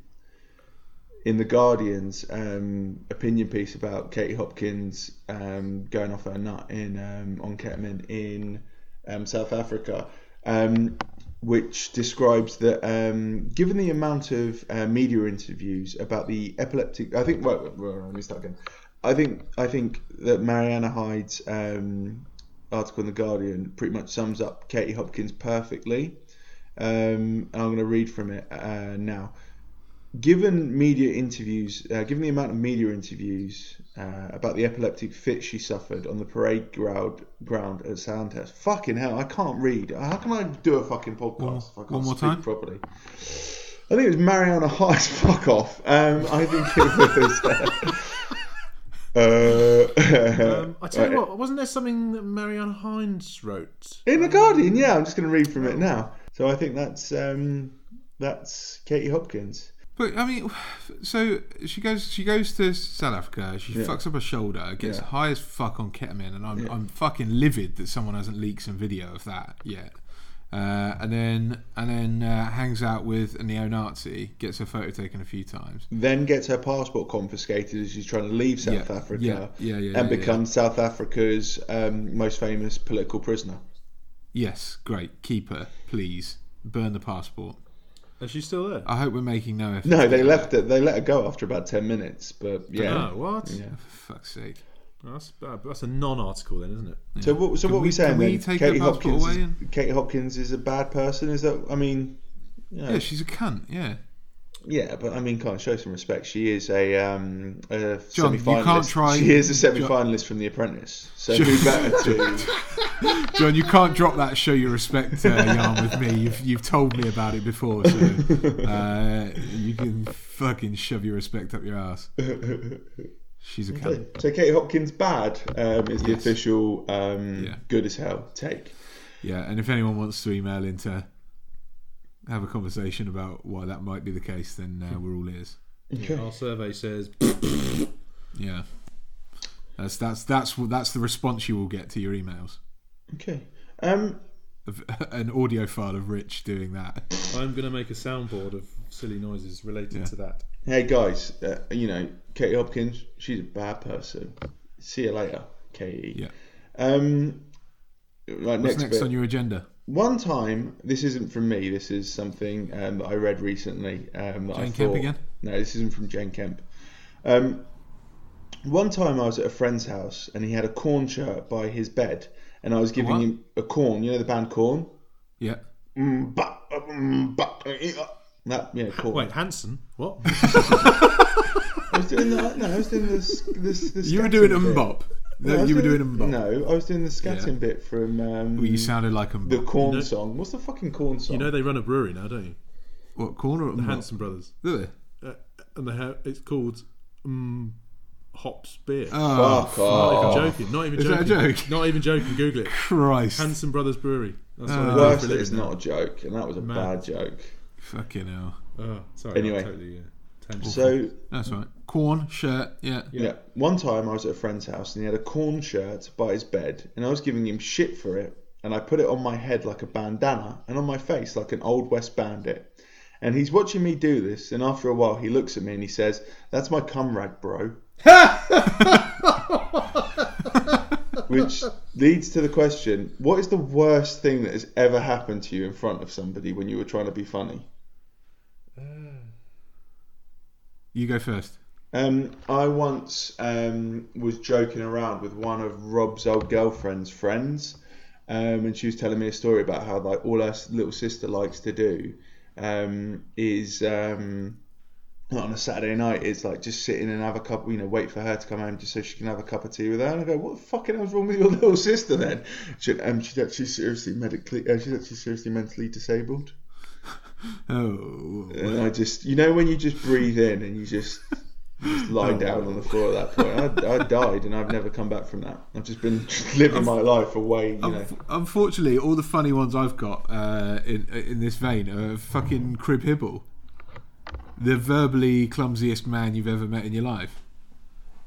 Speaker 1: in the Guardian's um, opinion piece about Katie Hopkins um, going off her nut in um, on ketamine in um, South Africa, um, which describes that um, given the amount of uh, media interviews about the epileptic, I think. Well, well, let me start again. I think I think that Mariana Hyde's um, article in the Guardian pretty much sums up Katie Hopkins perfectly. Um, and I'm going to read from it uh, now given media interviews, uh, given the amount of media interviews uh, about the epileptic fit she suffered on the parade ground, ground at Sandhurst, fucking hell, I can't read. How can I do a fucking podcast if I can't
Speaker 2: one more
Speaker 1: speak
Speaker 2: time?
Speaker 1: properly? I think it was Mariana High's fuck off. Um, I think it was. uh,
Speaker 3: Um, I tell you
Speaker 1: Right.
Speaker 3: what, wasn't there something that Marianne Hines wrote?
Speaker 1: in the Guardian, yeah, I'm just going to read
Speaker 2: Oh.
Speaker 1: from it now. So I think that's um, that's Katie Hopkins.
Speaker 2: But I mean, so she goes. She goes to South Africa. She fucks up her shoulder, gets
Speaker 1: Yeah.
Speaker 2: high as fuck on ketamine, and I'm, I'm fucking livid that someone hasn't leaked some video of that yet. Uh, and then and then uh, hangs out with a neo-Nazi, gets her photo taken a few times.
Speaker 1: then gets her passport confiscated as she's trying to leave South
Speaker 2: Yeah,
Speaker 1: Africa
Speaker 2: yeah, yeah, yeah,
Speaker 1: and
Speaker 2: yeah,
Speaker 1: becomes South Africa's um, most famous political prisoner.
Speaker 2: Yes, great. Keep her, please. Burn the passport.
Speaker 3: Is she still there?
Speaker 2: I hope we're making no effort.
Speaker 1: No, they left it. They let her go after about ten minutes. But yeah.
Speaker 2: Oh,
Speaker 3: No, Ah, what?
Speaker 2: For fuck's sake.
Speaker 3: That's, that's a non-article then, isn't it?
Speaker 1: So what? So what
Speaker 2: we-
Speaker 1: we saying
Speaker 2: can we
Speaker 1: then?
Speaker 2: take
Speaker 1: Katie
Speaker 2: her passport
Speaker 1: Hopkins.
Speaker 2: away
Speaker 1: Is, Katie Hopkins is a bad person. Is that? I mean,
Speaker 2: Yeah, she's a cunt. Yeah,
Speaker 1: yeah, but I mean, can't show some respect. She is a, um, a
Speaker 2: John, you
Speaker 1: semi-finalist.
Speaker 2: can't try-
Speaker 1: She is a
Speaker 2: John-
Speaker 1: semi-finalist from The Apprentice. So who better to?
Speaker 2: John, you can't drop that show your respect uh, yarn with me. You've you've told me about it before, so uh, you can fucking shove your respect up your ass. She's a cunt.
Speaker 1: So Katie Hopkins bad um, is the official um,
Speaker 2: Yeah.
Speaker 1: good as hell take.
Speaker 2: Yeah, and if anyone wants to email in to have a conversation about why that might be the case, then uh, we're all ears.
Speaker 3: Our survey says
Speaker 2: Yeah, that's that's that's what that's the response you will get to your emails.
Speaker 1: Okay. Um,
Speaker 2: Of, an audio file of Rich doing that.
Speaker 3: I'm going to make a soundboard of silly noises related to that.
Speaker 1: hey guys, uh, you know Katie Hopkins, she's a bad person. See you later, Katie.
Speaker 2: Yeah.
Speaker 1: Um, right
Speaker 2: What's
Speaker 1: next,
Speaker 2: next
Speaker 1: bit.
Speaker 2: on your agenda?
Speaker 1: One time, this isn't from me. This is something um, that I read recently. Um, that I
Speaker 2: Jane Kemp
Speaker 1: thought-
Speaker 2: again?
Speaker 1: No, this isn't from Jane Kemp. Um, one time, I was at a friend's house and he had a corn shirt by his bed, and I was giving
Speaker 2: what?
Speaker 1: him a corn. You know the band Corn.
Speaker 2: Yeah.
Speaker 1: Ba- um, ba- uh, uh, That yeah, corn.
Speaker 3: Wait, Hanson? What?
Speaker 1: I was doing that. No, I was doing this. This. this
Speaker 2: You were doing
Speaker 1: scatting bit.
Speaker 2: umbop.
Speaker 1: No, I
Speaker 2: No,
Speaker 1: was
Speaker 2: you were doing umbop.
Speaker 1: No, I was doing the scatting
Speaker 2: Yeah.
Speaker 1: bit from um,
Speaker 2: Well, you sounded like a
Speaker 1: the corn
Speaker 3: You know-
Speaker 1: song. What's the fucking corn song?
Speaker 3: you know they run a brewery now, don't you?
Speaker 2: what corner? or-
Speaker 3: Hanson Brothers,
Speaker 2: Do they?
Speaker 3: uh, and they have, it's called um, Hops Beer.
Speaker 2: Oh,
Speaker 1: Ah, Fuck off.
Speaker 3: not even joking. Not even
Speaker 2: Is that a
Speaker 3: joking.
Speaker 2: joke?
Speaker 3: Not even joking. Google it.
Speaker 2: Christ! Ah.
Speaker 3: Hanson Brothers Brewery. That's what they do
Speaker 1: Worse
Speaker 3: for a
Speaker 1: that
Speaker 3: living
Speaker 1: it's
Speaker 3: now.
Speaker 1: not a joke, and that was a
Speaker 3: Mad.
Speaker 1: bad joke.
Speaker 2: Fucking hell.
Speaker 3: Oh, sorry.
Speaker 1: Anyway.
Speaker 3: Anyway, totally, uh, tangent.
Speaker 1: So
Speaker 2: That's right. Corn shirt. Yeah.
Speaker 1: yeah. one time I was at a friend's house and he had a corn shirt by his bed, and I was giving him shit for it, and I put it on my head like a bandana and on my face like an old west bandit. And he's watching me do this, and after a while he looks at me and he says, "That's my cum rag, bro." Which leads to the question: What is the worst thing that has ever happened to you in front of somebody when you were trying to be funny?
Speaker 2: You go first.
Speaker 1: Um, I once um, was joking around with one of Rob's old girlfriend's friends, um, and she was telling me a story about how like all her s- little sister likes to do um, is um, on a Saturday night is like just sitting and have a cup, you know, wait for her to come home just so she can have a cup of tea with her. And I go, what the fucking hell's wrong with your little sister then? She, um, she's actually seriously medically, uh, she's actually seriously mentally disabled.
Speaker 2: Oh,
Speaker 1: And I just, you know, when you just breathe in and you just, you just lie down on the floor at that point. I, I died and I've never come back from that. I've just been living my life away, you know.
Speaker 2: Unf- Unfortunately, all the funny ones I've got uh, in in this vein are fucking Crib Hibble, the verbally clumsiest man you've ever met in your life.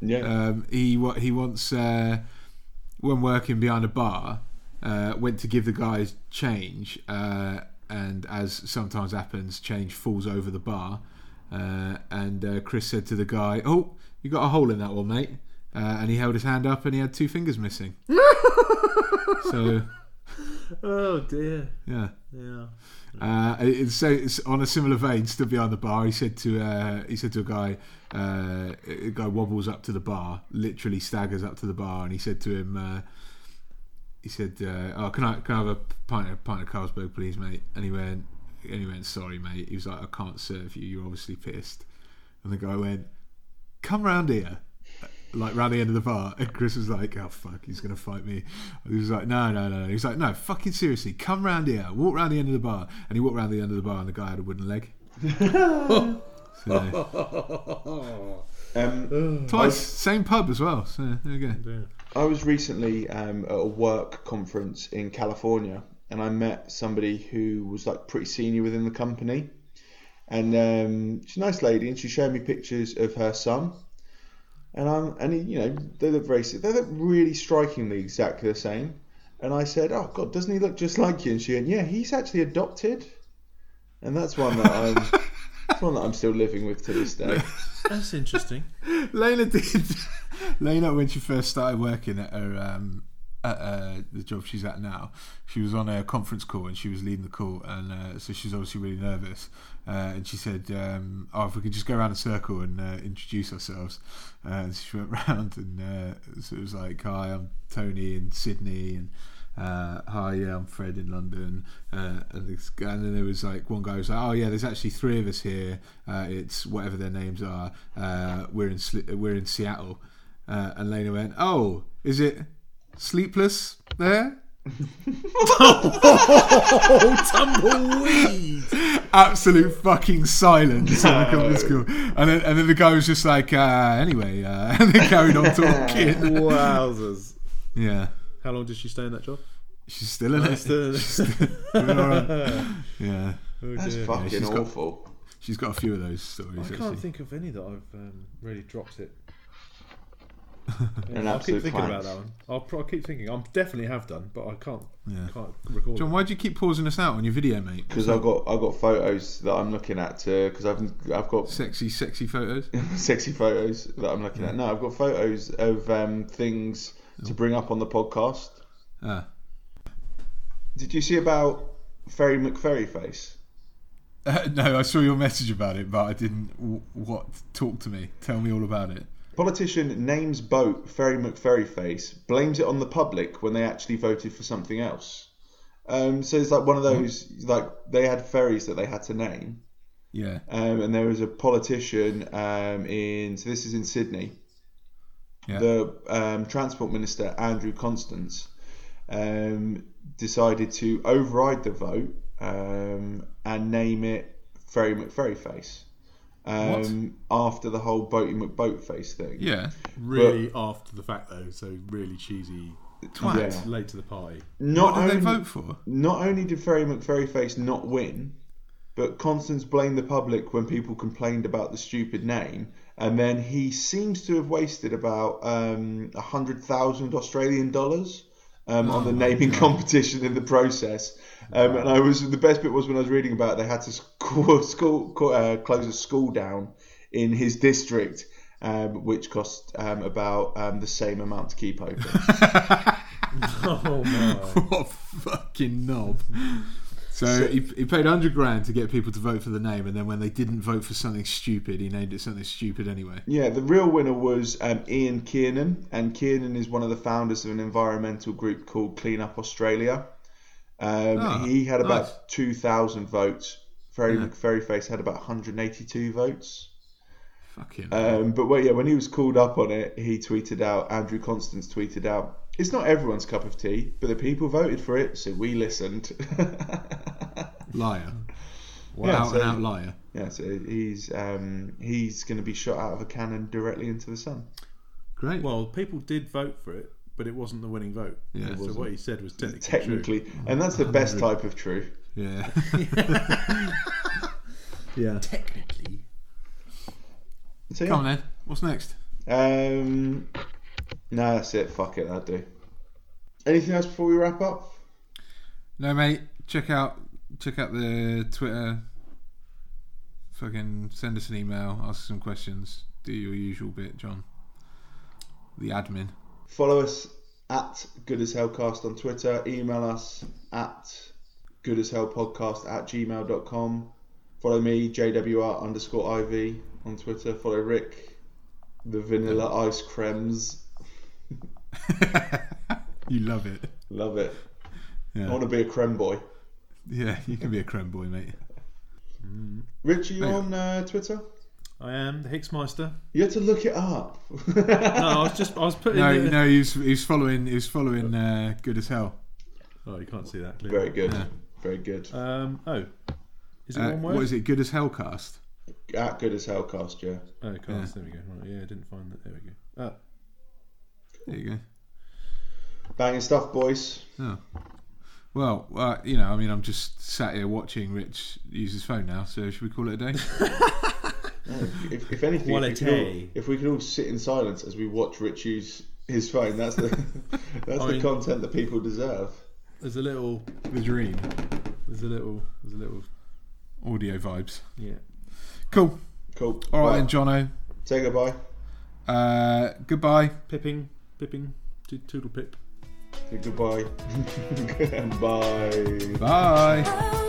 Speaker 1: Yeah.
Speaker 2: Um, he what he once uh, when working behind a bar uh, went to give the guys change, uh, and as sometimes happens, change falls over the bar, uh, and uh, Chris said to the guy, "Oh, you got a hole in that one, mate," uh, and he held his hand up and he had two fingers missing. so
Speaker 3: Oh dear.
Speaker 2: yeah.
Speaker 3: Yeah.
Speaker 2: Uh, it's so it's on a similar vein, stood behind the bar, he said to uh, he said to a guy, uh, a guy wobbles up to the bar, literally staggers up to the bar, and he said to him, uh, he said, uh, "Oh, can I can I have a pint of pint of Carlsberg, please, mate?" And he went, and he went, "Sorry, mate." He was like, "I can't serve you. You're obviously pissed." And the guy went, "Come round here." Like round the end of the bar, and Chris was like, "Oh fuck, he's gonna fight me." He was like, "No, no, no." no." He was like, "No, fucking seriously, come round here, walk round the end of the bar." And he walked round the end of the bar, and the guy had a wooden leg. so,
Speaker 1: Um,
Speaker 2: twice, same pub as well. So there you go.
Speaker 1: I was recently um, at a work conference in California, and I met somebody who was like pretty senior within the company, and um, she's a nice lady, and she showed me pictures of her son, and I'm and he, you know they look very si- they look really strikingly exactly the same, and I said, oh god, doesn't he look just like you? And she went, yeah, he's actually adopted, and that's one that I'm that's one that I'm still living with to this day.
Speaker 3: That's interesting.
Speaker 2: Layla did. Layla, when she first started working at her um, at uh, the job she's at now, she was on a conference call and she was leading the call, and uh, so she's obviously really nervous. Uh, and she said, um, "Oh, if we could just go around a circle and uh, introduce ourselves." Uh, and so she went round and uh, so it was like, "Hi, I'm Tony in Sydney," and uh, hi, yeah, I'm Fred in London. Uh, and, this, guy- and then there was like one guy was like, oh yeah, there's actually three of us here. Uh, it's whatever their names are. Uh, we're in Sli- uh, we're in Seattle. Uh, and Lena went, oh, is it sleepless there?
Speaker 3: Tumbleweed.
Speaker 2: Absolute fucking silence in the company school. And then, and then the guy was just like, uh, anyway, uh, and then carried on talking.
Speaker 3: Wowzers.
Speaker 2: yeah,
Speaker 3: How long did she stay in that job? Oh,
Speaker 2: she's still in it.
Speaker 3: still in it.
Speaker 2: She's still doing all right. Yeah,
Speaker 1: That's fucking
Speaker 2: she's got-
Speaker 1: awful.
Speaker 2: she's got a few of those stories.
Speaker 3: I
Speaker 2: actually.
Speaker 3: can't think of any that I've um, really dropped it.
Speaker 1: An
Speaker 3: I'll keep
Speaker 1: absolute
Speaker 3: thinking
Speaker 1: clown.
Speaker 3: about that one. I'll, pro- I'll keep thinking. I definitely have done, but I can't
Speaker 2: Yeah.
Speaker 3: can't record.
Speaker 2: John,
Speaker 3: it.
Speaker 2: why do you keep pausing us out on your video, mate?
Speaker 1: because I've got I've got photos that I'm looking at to because I've I've got
Speaker 2: Sexy, sexy photos.
Speaker 1: sexy photos that I'm looking at. No, I've got photos of um, things to bring up on the podcast.
Speaker 2: Ah.
Speaker 1: Did you see about Ferry McFerry face?
Speaker 2: Uh, no, I saw your message about it, but I didn't. W- what? Talk to me. Tell me all about it.
Speaker 1: Politician names boat Ferry McFerry face, blames it on the public when they actually voted for something else. Um, so it's like one of those like they had ferries that they had to name.
Speaker 2: Yeah.
Speaker 3: Uh,
Speaker 1: um, and there was a politician um, in so this is in Sydney,
Speaker 2: Yeah.
Speaker 1: the um, transport minister Andrew Constance um, decided to override the vote um, and name it Ferry McFerryface um, after the whole Boaty McBoatface thing.
Speaker 2: Yeah.
Speaker 3: Really after the fact though, so really cheesy.
Speaker 2: Twat.
Speaker 1: Yeah.
Speaker 3: Late to the party.
Speaker 1: Not
Speaker 2: What did
Speaker 1: only,
Speaker 2: they vote for?
Speaker 1: Not only did Ferry McFerryface not win, but Constance blamed the public when people complained about the stupid name, and then he seems to have wasted about um, hundred thousand Australian dollars um, on the naming competition in the process. Um, and I was the best bit was when I was reading about it, they had to school, school co- uh, close a school down in his district, um, which cost um, about um, the same amount to keep open.
Speaker 3: Oh my.
Speaker 2: What a fucking knob. So, he, he paid 100 grand to get people to vote for the name, and then when they didn't vote for something stupid, he named it something stupid anyway.
Speaker 1: Yeah, the real winner was um, Ian Kiernan, and Kiernan is one of the founders of an environmental group called Clean Up Australia. Um,
Speaker 2: Ah,
Speaker 1: he had about
Speaker 2: nice.
Speaker 1: 2,000 votes. Ferry McFerryface had about 182 votes.
Speaker 2: Fucking.
Speaker 1: Um, but wait, yeah, when he was called up on it, he tweeted out, Andrew Constance tweeted out, it's not everyone's cup of tea, but the people voted for it, so we listened.
Speaker 2: liar.
Speaker 1: Yeah,
Speaker 2: out
Speaker 1: so-
Speaker 2: and out liar.
Speaker 1: yeah, so he's um, he's going to be shot out of a cannon directly into the sun.
Speaker 2: Great.
Speaker 3: Well, people did vote for it, but it wasn't the winning vote.
Speaker 2: Yeah. It
Speaker 3: so what he said was technically,
Speaker 1: Technically, and that's the best type of true.
Speaker 2: yeah.
Speaker 3: Technically.
Speaker 1: So, yeah.
Speaker 2: Come on then. What's next?
Speaker 1: Um, no, that's it. Fuck it, that'll do. Anything else before we wrap up?
Speaker 2: No, mate. Check out check out the Twitter. Fucking send us an email. Ask some questions. Do your usual bit, John. The admin.
Speaker 1: Follow us at Good As Hellcast on Twitter. Email us at Good As Hell Podcast at gmail.com. Follow me, JWR underscore IV on Twitter. Follow Rick, the Vanilla Ice Creams.
Speaker 2: you love it.
Speaker 1: Love it. I
Speaker 2: Yeah.
Speaker 1: want to be a creme boy.
Speaker 2: yeah, you can be a creme boy, mate.
Speaker 1: Rich, are you
Speaker 2: Hey.
Speaker 1: on uh, Twitter?
Speaker 3: I am the Hicksmeister.
Speaker 1: You had to look it up.
Speaker 3: No, I was just I was putting.
Speaker 2: No,
Speaker 3: the-
Speaker 2: no, he's he's following he's following uh, good as hell.
Speaker 3: Oh, you can't see that clearly.
Speaker 1: Very good. Very good.
Speaker 3: Um. Oh, is it
Speaker 2: Uh,
Speaker 3: one word?
Speaker 2: what is it? Good as hell cast.
Speaker 1: At Good As Hellcast, yeah.
Speaker 3: Oh, cast. There we go. Right, yeah, I didn't find that. There we go. Oh,
Speaker 2: There you go.
Speaker 1: Banging stuff, boys.
Speaker 2: Oh. Well, uh, you know, I mean, I'm just sat here watching Rich use his phone now. So should we call it a day?
Speaker 1: If, if anything, if we, could all,
Speaker 3: Quality.
Speaker 1: if we could all sit in silence as we watch Rich use his phone, that's the that's the
Speaker 3: mean-
Speaker 1: content that people deserve.
Speaker 3: there's a little.
Speaker 2: the dream.
Speaker 3: There's a little. There's a little.
Speaker 2: Audio vibes.
Speaker 3: Yeah.
Speaker 2: Cool.
Speaker 1: Cool.
Speaker 2: All right,
Speaker 1: Well,
Speaker 2: then, Jono.
Speaker 1: Say goodbye.
Speaker 2: Uh, goodbye.
Speaker 3: Pipping. Pipping. to- Toodle pip.
Speaker 1: Say goodbye. Bye.
Speaker 2: Bye.
Speaker 7: Oh,